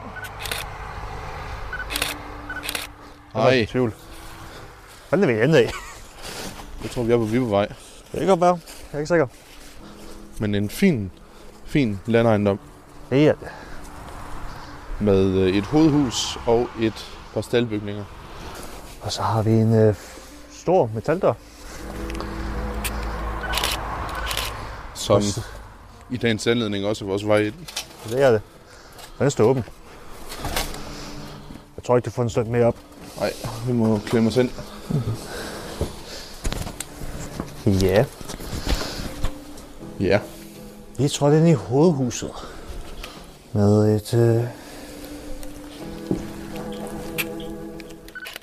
Speaker 6: Hej,
Speaker 7: Jeg er i tvivl. Hvordan er vi henne af?
Speaker 6: jeg tror, vi er på Vibervej.
Speaker 7: Det kan godt være. Jeg er ikke sikker.
Speaker 6: Men en fin, fin landejendom
Speaker 7: Det er det.
Speaker 6: med øh, et hovedhus og et par staldbygninger.
Speaker 7: Og så har vi en øh, stor metaldør.
Speaker 6: som i dagens anledning også er vores vej ind.
Speaker 7: Det er det. Den står åben. Jeg tror ikke, det får en stund mere op.
Speaker 6: Nej, vi må klemme os ind.
Speaker 7: Ja.
Speaker 6: Ja,
Speaker 7: Vi tror, det er inde i hovedhuset. Med et... Øh,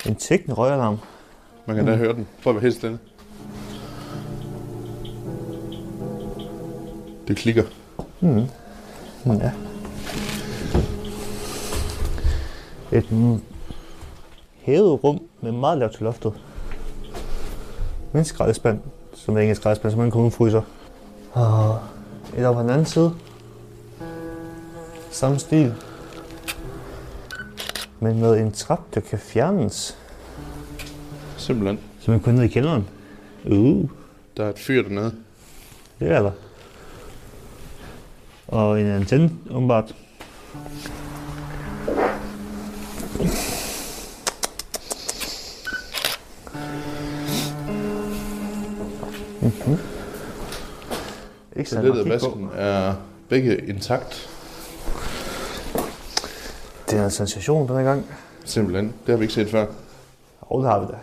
Speaker 7: en tækkende røgalarm.
Speaker 6: man kan da høre den. Prøv at være helt stille. Det klikker.
Speaker 7: Ja. Et mm, hævet rum med meget lavt til loftet. Med en skraldespand, som ikke er en skraldespand, som er en kummefryser. Og et over på den anden side. Samme stil. Men med en trap, der kan fjernes.
Speaker 6: Simpelthen.
Speaker 7: Så man kun ned i kælderen. Uh,
Speaker 6: Der er et fyr dernede.
Speaker 7: det er der. Og en antenne, åbenbart.
Speaker 8: Mm-hmm.
Speaker 7: Mhm. Ikke
Speaker 6: Så
Speaker 7: så
Speaker 6: lidt af
Speaker 7: meget kig på.
Speaker 6: vasken er begge intakt.
Speaker 8: Det er en sensation den her gang.
Speaker 6: Simpelthen. Det har vi ikke set før.
Speaker 8: Og det har vi da.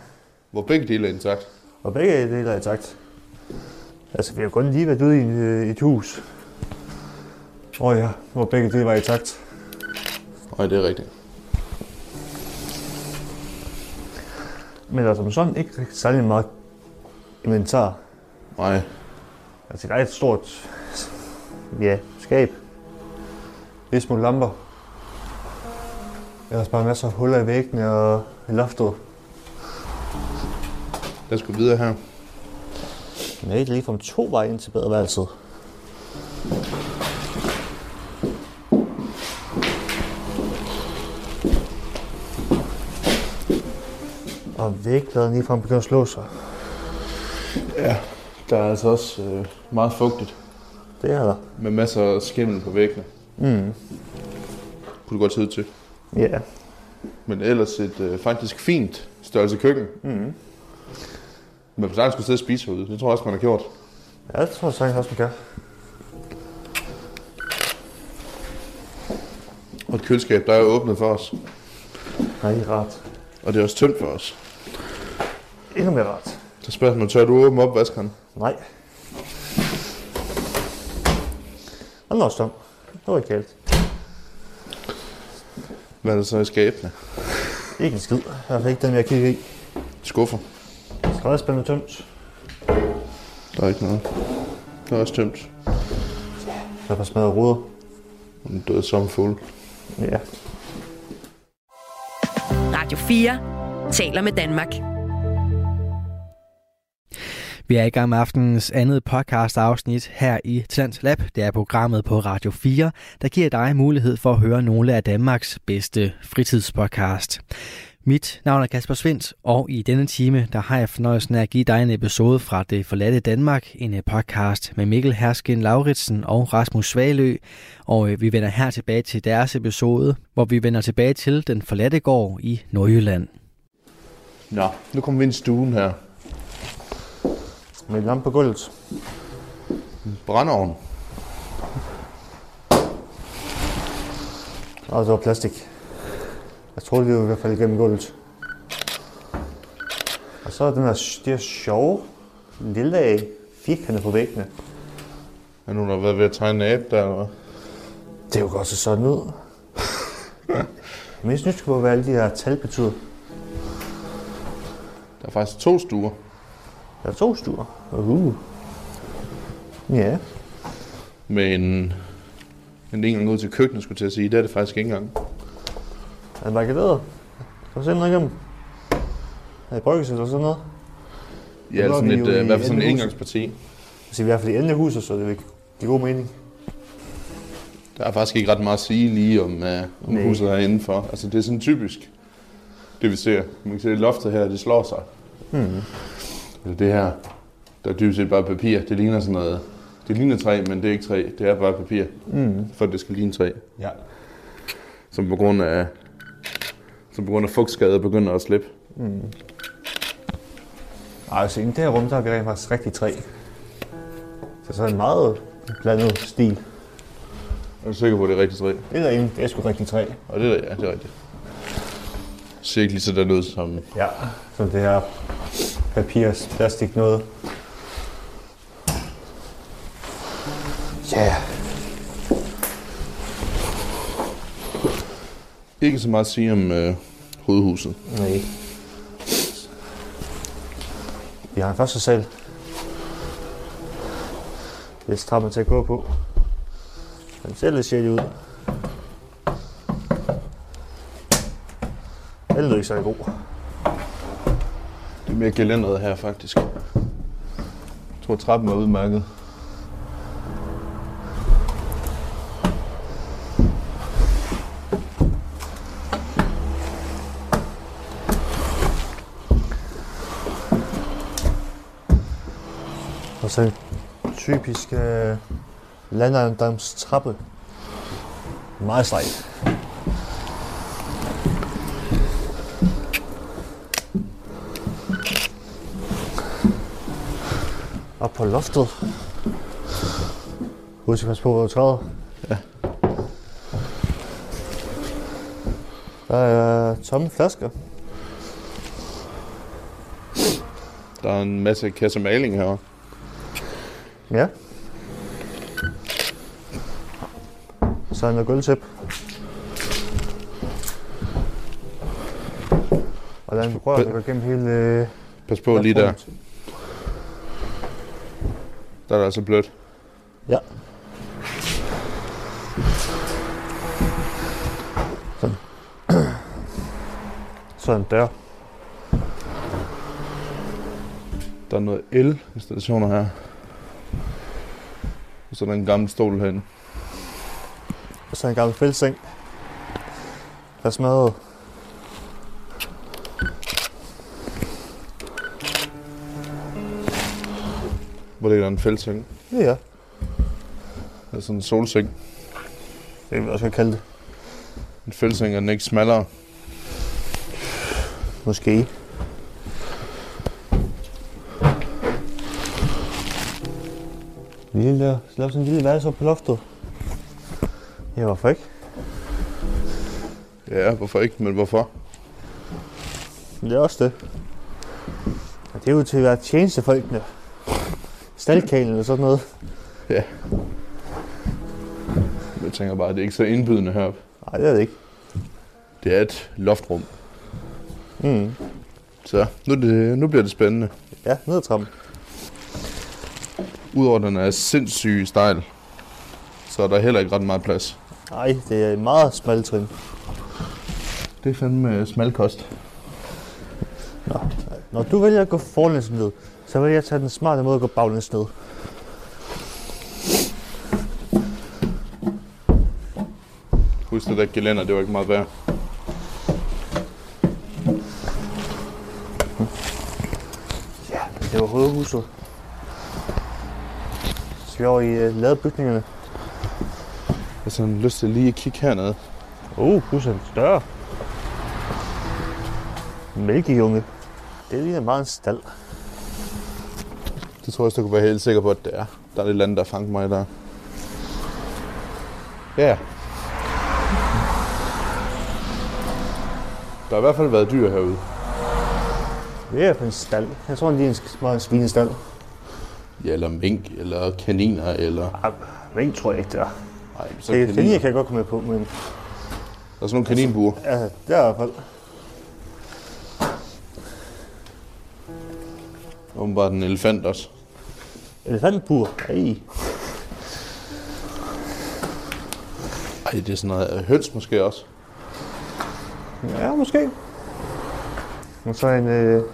Speaker 6: Hvor begge dele er intakt.
Speaker 8: Og begge dele er intakt. Altså, vi har kun lige været ude i en, øh, et hus. Tror jeg, hvor begge dele var intakt.
Speaker 6: Nej, det er rigtigt.
Speaker 8: Men der er som sådan ikke rigtig særlig meget inventar.
Speaker 6: Nej,
Speaker 8: Altså, der er et stort, ja, skab. Lidt små lamper. Ellers bare masser af huller i væggene og i loftet.
Speaker 6: lad os gå videre her.
Speaker 8: Men ikke lige fra to vej ind til badeværelset. Og vægpladen lige frem begynder at slå sig.
Speaker 6: Der er altså også øh, meget fugtigt,
Speaker 8: Det er der.
Speaker 6: med masser af skimmel på væggene. Mm. Kunne du godt sidde til.
Speaker 8: Ja.
Speaker 6: Men ellers et øh, faktisk fint størrelse køkken. Mm.
Speaker 8: Mhm.
Speaker 6: Men for sig skulle sidde og spise herude. Det tror jeg også, man har gjort.
Speaker 8: Ja, det tror jeg sagtens også, man kan.
Speaker 6: Og et køleskab, der er åbnet for os.
Speaker 8: Nej, det er rart.
Speaker 6: Og det er også tømt for os.
Speaker 8: Endnu mere rart.
Speaker 6: Så spørger man, tør du åbne opvaskeren?
Speaker 8: Nej. Og den er også tom. Det var ikke galt.
Speaker 6: Hvad er der så i skabene?
Speaker 8: Ikke en skid. I hvert fald ikke den, jeg kigger i.
Speaker 6: Skuffer.
Speaker 8: Skrædderspanden er tømt.
Speaker 6: Der er ikke noget. Der er også tømt.
Speaker 8: Der er bare smadret ruder.
Speaker 6: En død som fuld.
Speaker 8: Ja.
Speaker 2: Radio 4 taler med Danmark.
Speaker 3: Vi er i gang med aftenens andet podcast afsnit her i Tlands Lab. Det er programmet på Radio 4, der giver dig mulighed for at høre nogle af Danmarks bedste fritidspodcast. Mit navn er Kasper Svendt, og i denne time der har jeg fornøjelsen af at give dig en episode fra Det forladte Danmark, en øh, podcast med Mikkel Hersken Lauritsen og Rasmus Svalø. Og øh, vi vender her tilbage til deres episode, hvor vi vender tilbage til Den forladte gård i Nordjylland.
Speaker 6: Nå, nu kommer vi ind i stuen her.
Speaker 8: Med en lampe på gulvet.
Speaker 6: Brandovn.
Speaker 8: Og det var plastik. Jeg troede, det var i hvert fald igennem gulvet. Og så er den her, sj- de her sjove, lille af firkanter på væggene.
Speaker 6: Er nogen, der har været ved at tegne en app der, eller hvad?
Speaker 8: Det er jo godt se sådan ud. Men jeg synes, på, hvad alle de her tal betyder.
Speaker 6: Der er faktisk to stuer.
Speaker 8: Der er to stuer. Uh. Ja,
Speaker 6: Men en engang ud til køkkenet, skulle jeg til at sige. Det er det faktisk ikke engang.
Speaker 8: er den barrikaderet? Kan du se noget igennem? Er det brygges eller sådan noget?
Speaker 6: Ja,
Speaker 8: var
Speaker 6: altså sådan
Speaker 8: vi
Speaker 6: et,
Speaker 8: jo i
Speaker 6: øh, hvad for sådan et
Speaker 8: anden hus.
Speaker 6: engangsparti.
Speaker 8: Altså i hvert fald i enden af huset, så det vil give god mening.
Speaker 6: Der er faktisk ikke ret meget at sige lige om, uh, om
Speaker 8: Nej.
Speaker 6: huset her indenfor. Altså det er sådan typisk, det vi ser. Man kan se at loftet her, det slår sig. Mm. Eller det her, der er dybest set bare papir. Det ligner sådan noget. Det ligner træ, men det er ikke træ. Det er bare papir, mm. for at det skal ligne træ.
Speaker 8: Ja.
Speaker 6: Som på grund af, som på grund af fugtskader begynder at slippe.
Speaker 8: Ej, altså i det her rum, der har vi rent faktisk rigtig træ. Så sådan en meget blandet stil.
Speaker 6: Jeg er sikker på, at det er rigtigt træ.
Speaker 8: Det der ene, det er sgu rigtig træ.
Speaker 6: Og det, er- ja, det er rigtigt. Det ser ikke lige sådan ud som...
Speaker 8: Ja. Som det her papir, plastik noget. Ja. Yeah.
Speaker 6: Ikke så meget at sige om øh, hovedhuset.
Speaker 8: Nej. Vi har en første sal. Lidt stramme til at gå på. Den ser lidt sjældent ud. Den lyder ikke særlig god.
Speaker 6: Det er mere gelændret her, faktisk. Jeg tror, trappen er udmærket.
Speaker 8: Og så en typisk øh, landejendomstrappe. Meget sejt. Op på loftet. Husk at passe på, hvor du træder. Ja. Der er tomme flasker.
Speaker 6: Der er en masse kasser maling heroppe.
Speaker 8: Ja. Så er der gulvtæp. Og der er en rør, der går gennem hele... Øh,
Speaker 6: Pas på lige der.
Speaker 8: labrummet.
Speaker 6: Der er det altså blødt.
Speaker 8: Ja. Sådan. Sådan der.
Speaker 6: Der er noget el-installationer her. Og så er der en gammel stol herinde.
Speaker 8: Og så en gammel fældseng. Der er smadret.
Speaker 6: Hvor ligger der en fældseng.
Speaker 8: Ja, ja.
Speaker 6: Der er sådan en solseng.
Speaker 8: Det kan vi også godt kalde det.
Speaker 6: En fældseng er den ikke smallere.
Speaker 8: Måske. Lille der. Så lav sådan en lille værelse op på loftet. Ja, hvorfor ikke?
Speaker 6: Ja, hvorfor ikke? Men hvorfor?
Speaker 8: Det er også det. Og det er jo til at være tjenestefolkene. Staldkalen eller sådan noget.
Speaker 6: Ja. Jeg tænker bare, at det er ikke så indbydende heroppe.
Speaker 8: Nej, det er det ikke.
Speaker 6: Det er et loftrum.
Speaker 8: Mm.
Speaker 6: Så nu, er det, nu bliver det spændende.
Speaker 8: Ja, ned ad trappen.
Speaker 6: Udover at den er sindssyg stejl, så er der heller ikke ret meget plads.
Speaker 8: Nej, det er en meget smal trin.
Speaker 6: Det er fandme øh, smalkost.
Speaker 8: Nå. Når du vælger at gå forlæns ned, så vil jeg tage den smarte måde at gå baglæns ned.
Speaker 6: Husk det der gelænder, det var ikke meget værd.
Speaker 8: Ja, det var hovedhuset. Så skal vi over i uh, ladebygningerne.
Speaker 6: Jeg har sådan lyst til lige at kigge hernede.
Speaker 8: Uh, huset er større. Mælkejunge. Det ligner meget en stald.
Speaker 6: Det tror jeg også, du kan være helt sikker på, at det er. Der er et eller andet, der fangede mig der. Ja. Der har i hvert fald været dyr herude.
Speaker 8: Det er for en stald. Jeg tror, det er en sk- meget en svinestald.
Speaker 6: Ja, eller mink, eller kaniner, eller...
Speaker 8: Ah, Ring tror jeg ikke, det er.
Speaker 6: Ej, så
Speaker 8: Det er
Speaker 6: kaniner.
Speaker 8: kan jeg godt komme med på, men
Speaker 6: Der er sådan nogle kaninbuer.
Speaker 8: altså, det er i hvert fald.
Speaker 6: Åbenbart en elefant også.
Speaker 8: Elefantbur. Ej.
Speaker 6: Ej, det er sådan noget høns måske også.
Speaker 8: Ja, måske. Og så en, øh,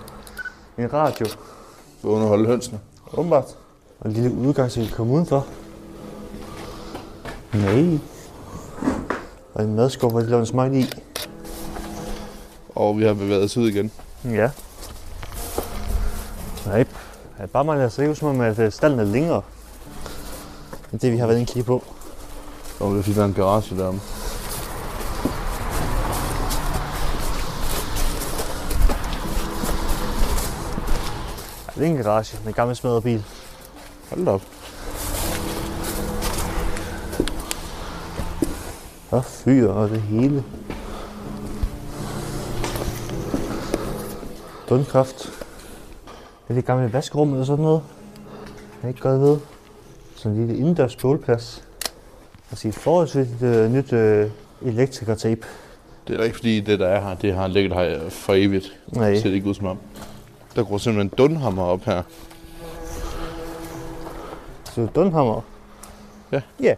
Speaker 8: en radio.
Speaker 6: For at underholde hønsene.
Speaker 8: Åbenbart. Og en lille udgang, så vi kan komme udenfor. Nej. Og en madskov, hvor de laver en smag i.
Speaker 6: Og vi har bevæget os ud igen.
Speaker 8: Ja. Nej. Ja, bare man altså ikke som om, at øh, stalden er længere. End det, vi har været inde og kigge på.
Speaker 6: Og det er fordi, der er en garage deromme.
Speaker 8: Ja, det er en garage med en gammel smadret bil.
Speaker 6: Hold da op.
Speaker 8: Og fyr og det hele. Dundkraft. Det er det gamle vaskerum eller sådan noget. Jeg er ikke godt ved. Sådan en lille indendørs bålplads. Og sige forholdsvis øh, nyt øh, elektrikertape.
Speaker 6: Det er da ikke fordi, det der er her, det har ligget her for evigt.
Speaker 8: Nej.
Speaker 6: Det ser det ikke ud som om. Der går simpelthen dunhammer op her.
Speaker 8: Så det er Dunhammer.
Speaker 6: Ja.
Speaker 8: Ja.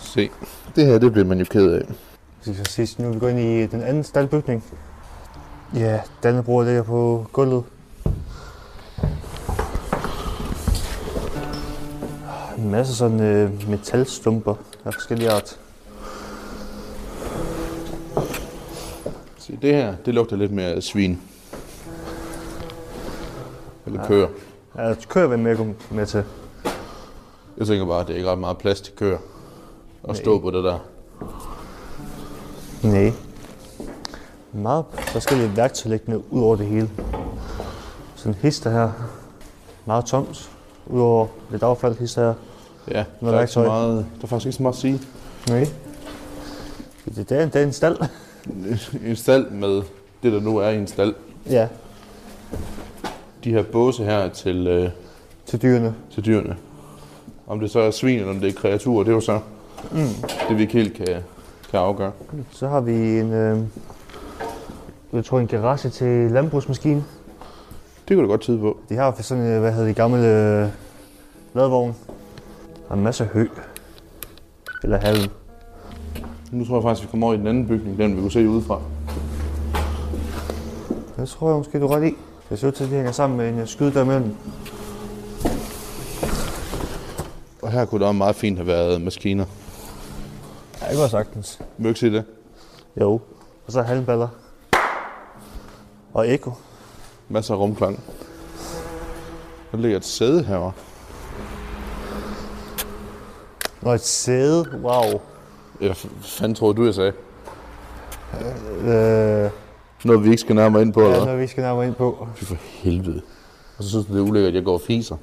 Speaker 6: Se, det her, det bliver man jo ked af.
Speaker 8: Vi skal se, nu er vi gået ind i den anden staldbygning. Ja, Dannebro ligger på gulvet. En masse sådan øh, metalstumper af forskellige art.
Speaker 6: Se, det her, det lugter lidt mere af svin. Eller køer.
Speaker 8: Ja, kører vi med at gå med til.
Speaker 6: Jeg tænker bare, at det er ikke ret meget plads til køer. At stå på det der.
Speaker 8: Nej. Meget forskellige værktøj liggende ud over det hele. Sådan en hister her. Meget tomt. Udover lidt affald hister her.
Speaker 9: Ja, der
Speaker 8: Nå, der
Speaker 9: er,
Speaker 8: er
Speaker 9: ikke så
Speaker 8: tøj.
Speaker 9: meget, der er faktisk ikke så meget at sige.
Speaker 8: Nej. Det er en, det er en stald.
Speaker 9: En stald med det, der nu er i en stald.
Speaker 8: Ja,
Speaker 9: De her båse her til, øh,
Speaker 8: til dyrene.
Speaker 9: til dyrene. Om det så er svin, eller om det er kreaturer, det er jo så mm. det, vi ikke helt kan, kan afgøre.
Speaker 8: Så har vi en, øh, jeg tror en garage til landbrugsmaskinen.
Speaker 9: Det kan du godt tyde på.
Speaker 8: De har for sådan, øh, hvad hedder de gamle øh, ladvogn. Der er en masse hø. Eller halm.
Speaker 9: Nu tror jeg faktisk, vi kommer over i den anden bygning, den vi kunne se udefra.
Speaker 8: Det tror jeg måske, du er ret i. Det ser ud til, at de hænger sammen med en øh, skyde der imellem.
Speaker 9: Og her kunne der meget fint have været maskiner.
Speaker 8: Ja, det går sagtens.
Speaker 9: Må jeg ikke se det?
Speaker 8: Jo. Og så halmballer. Og ekko.
Speaker 9: Masser af rumklang. Der ligger et sæde herovre.
Speaker 8: Og et sæde. Wow.
Speaker 9: Eller f- fanden tror du, jeg sagde?
Speaker 8: Øh,
Speaker 9: Noget, vi ikke skal nærmere ind på,
Speaker 8: det er
Speaker 9: eller hvad?
Speaker 8: noget, vi skal nærmere ind på.
Speaker 9: Fy for helvede. Og så synes du, det er ulækkert, at jeg går og fiser.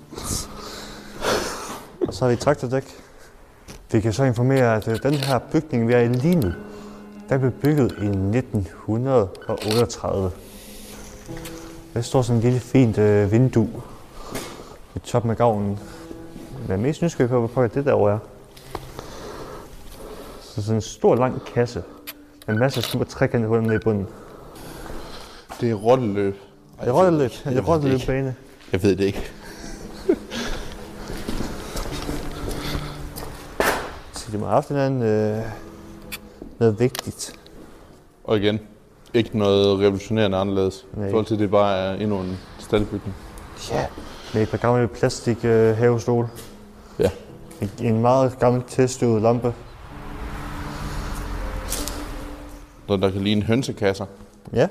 Speaker 8: Og så har vi et traktordæk. Vi kan så informere, at øh, den her bygning, vi er i lige nu, den blev bygget i 1938. Der står sådan et lille fint øh, vindue i toppen af gavnen. Men jeg er mest nysgerrig på, hvad pokker det derovre er. Så sådan en stor, lang kasse med masser af små trekantede huller nede i bunden.
Speaker 9: Det er rotteløb. Ej,
Speaker 8: Et
Speaker 9: ved
Speaker 8: rotteløb,
Speaker 9: det
Speaker 8: et rotteløbbane.
Speaker 9: ikke. Jeg ved det ikke.
Speaker 8: Så de må have haft en eller anden, øh, noget vigtigt.
Speaker 9: Og igen, ikke noget revolutionerende anderledes.
Speaker 8: Nej.
Speaker 9: I forhold til, at det bare er endnu en staldbygning.
Speaker 8: Ja, med et par gamle plastik øh, havestol.
Speaker 9: Ja.
Speaker 8: En, en meget gammel tilstøvet lampe.
Speaker 9: Noget, der kan ligne hønsekasser.
Speaker 8: Ja,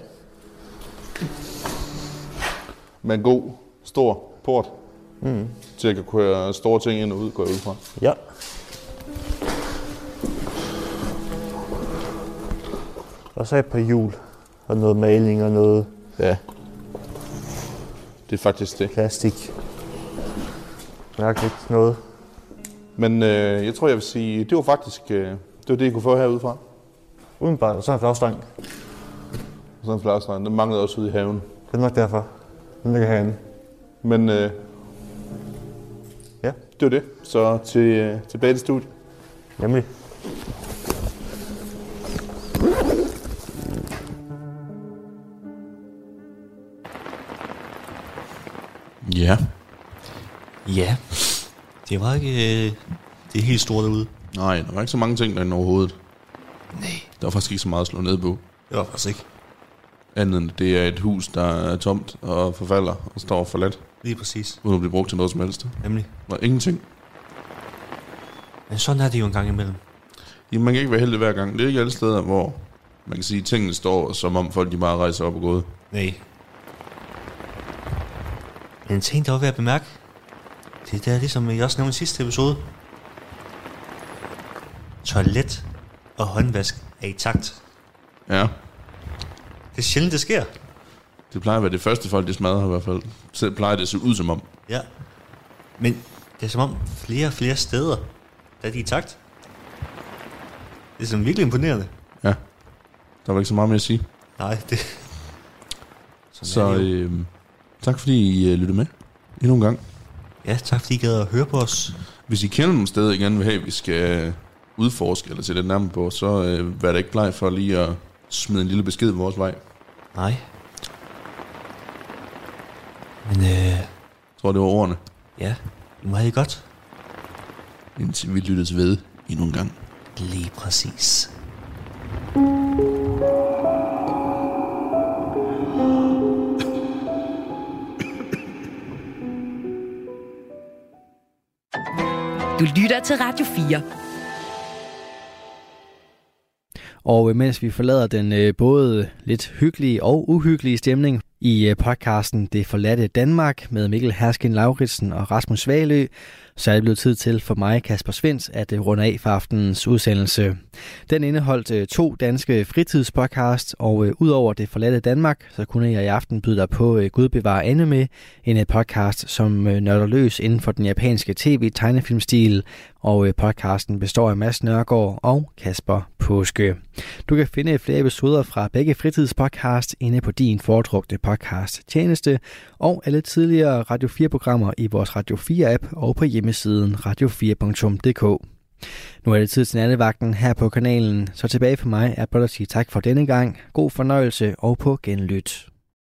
Speaker 9: Med en god, stor port. Mm. Til at kunne køre store ting ind og ud, går jeg ud fra.
Speaker 8: ja. Og så et par hjul og noget maling og noget
Speaker 9: Ja. Det er faktisk det.
Speaker 8: plastik. Mærkeligt noget.
Speaker 9: Men øh, jeg tror, jeg vil sige, det var faktisk øh, det, var det, I kunne få herudefra.
Speaker 8: Udenbart, og så en flagstang.
Speaker 9: Og Sådan en flaskestang. Den manglede også ude i haven.
Speaker 8: Det er nok derfor. Den ligger herinde.
Speaker 9: Men øh,
Speaker 8: Ja,
Speaker 9: det var det. Så til, øh, tilbage til studiet.
Speaker 8: nemlig.
Speaker 6: Ja.
Speaker 7: Ja, det var ikke øh, det helt store derude.
Speaker 6: Nej, der var ikke så mange ting derinde overhovedet.
Speaker 7: Nej.
Speaker 6: Der var faktisk ikke så meget at slå ned på.
Speaker 7: Det var faktisk ikke.
Speaker 6: Andet end, det er et hus, der er tomt og forfalder og står forladt,
Speaker 7: Lige præcis.
Speaker 6: uden at blive brugt til noget som helst.
Speaker 7: Nemlig.
Speaker 6: Og ingenting.
Speaker 7: Men sådan er det jo en gang imellem.
Speaker 6: Jamen, man kan ikke være heldig hver gang. Det er ikke alle steder, hvor man kan sige, at tingene står, som om folk de bare rejser op og går. ud.
Speaker 7: Nej. Men en ting, der var ved at bemærke, det er der, ligesom jeg også nævnte i sidste episode. Toilet og håndvask er i takt.
Speaker 6: Ja,
Speaker 7: Det er sjældent, det sker.
Speaker 6: det plejer at være det første folk, de smadrer i hvert fald. Så plejer det at se ud som om.
Speaker 7: Ja. Men det er som om flere og flere steder, der er de i takt. Det er sådan virkelig imponerende.
Speaker 6: Ja, der var ikke så meget mere at sige.
Speaker 7: Nej, det... Sådan er
Speaker 6: Så
Speaker 7: det jo.
Speaker 6: øh, tak fordi I øh, lyttede med endnu en gang.
Speaker 7: Ja, tak fordi I gad at høre på os.
Speaker 6: Hvis I kender nogle steder, I gerne vil have, vi skal øh, udforske eller se lidt nærmere på, så øh, vær da ikke bleg for lige at smide en lille besked vores vej.
Speaker 7: Nej. Men øh,
Speaker 6: Jeg tror, det var ordene.
Speaker 7: ja, nu har I det godt.
Speaker 6: Indtil vi lyttes ved endnu en gang.
Speaker 7: Lige præcis.
Speaker 2: Du lytter til Radio 4.
Speaker 3: Og øh, mens vi forlader den øh, både lidt hyggelige og uhyggelige stemning I øh, podcasten Det forladte Danmark med Mikkel Herskin Lauritsen og Rasmus Svalø, så er det blevet tid til for mig, Kasper Svens, at øh, runde af for aftenens udsendelse. Den indeholdt øh, to danske fritidspodcasts, og øh, udover Det forladte Danmark, så kunne jeg i aften byde dig på øh, Gud bevare anime, en øh, podcast, som øh, nørder løs inden for den japanske tv-tegnefilmstil, og øh, podcasten består af Mads Nørgaard og Kasper Påske. Du kan finde flere episoder fra begge fritidspodcast inde på din foretrukne podcast tjeneste, og alle tidligere Radio 4-programmer i vores Radio 4-app og på hjemmesiden radio4.dk. Nu er det tid til nattevagten her på kanalen, så tilbage for mig er blot at sige tak for denne gang, god fornøjelse og på genlyt.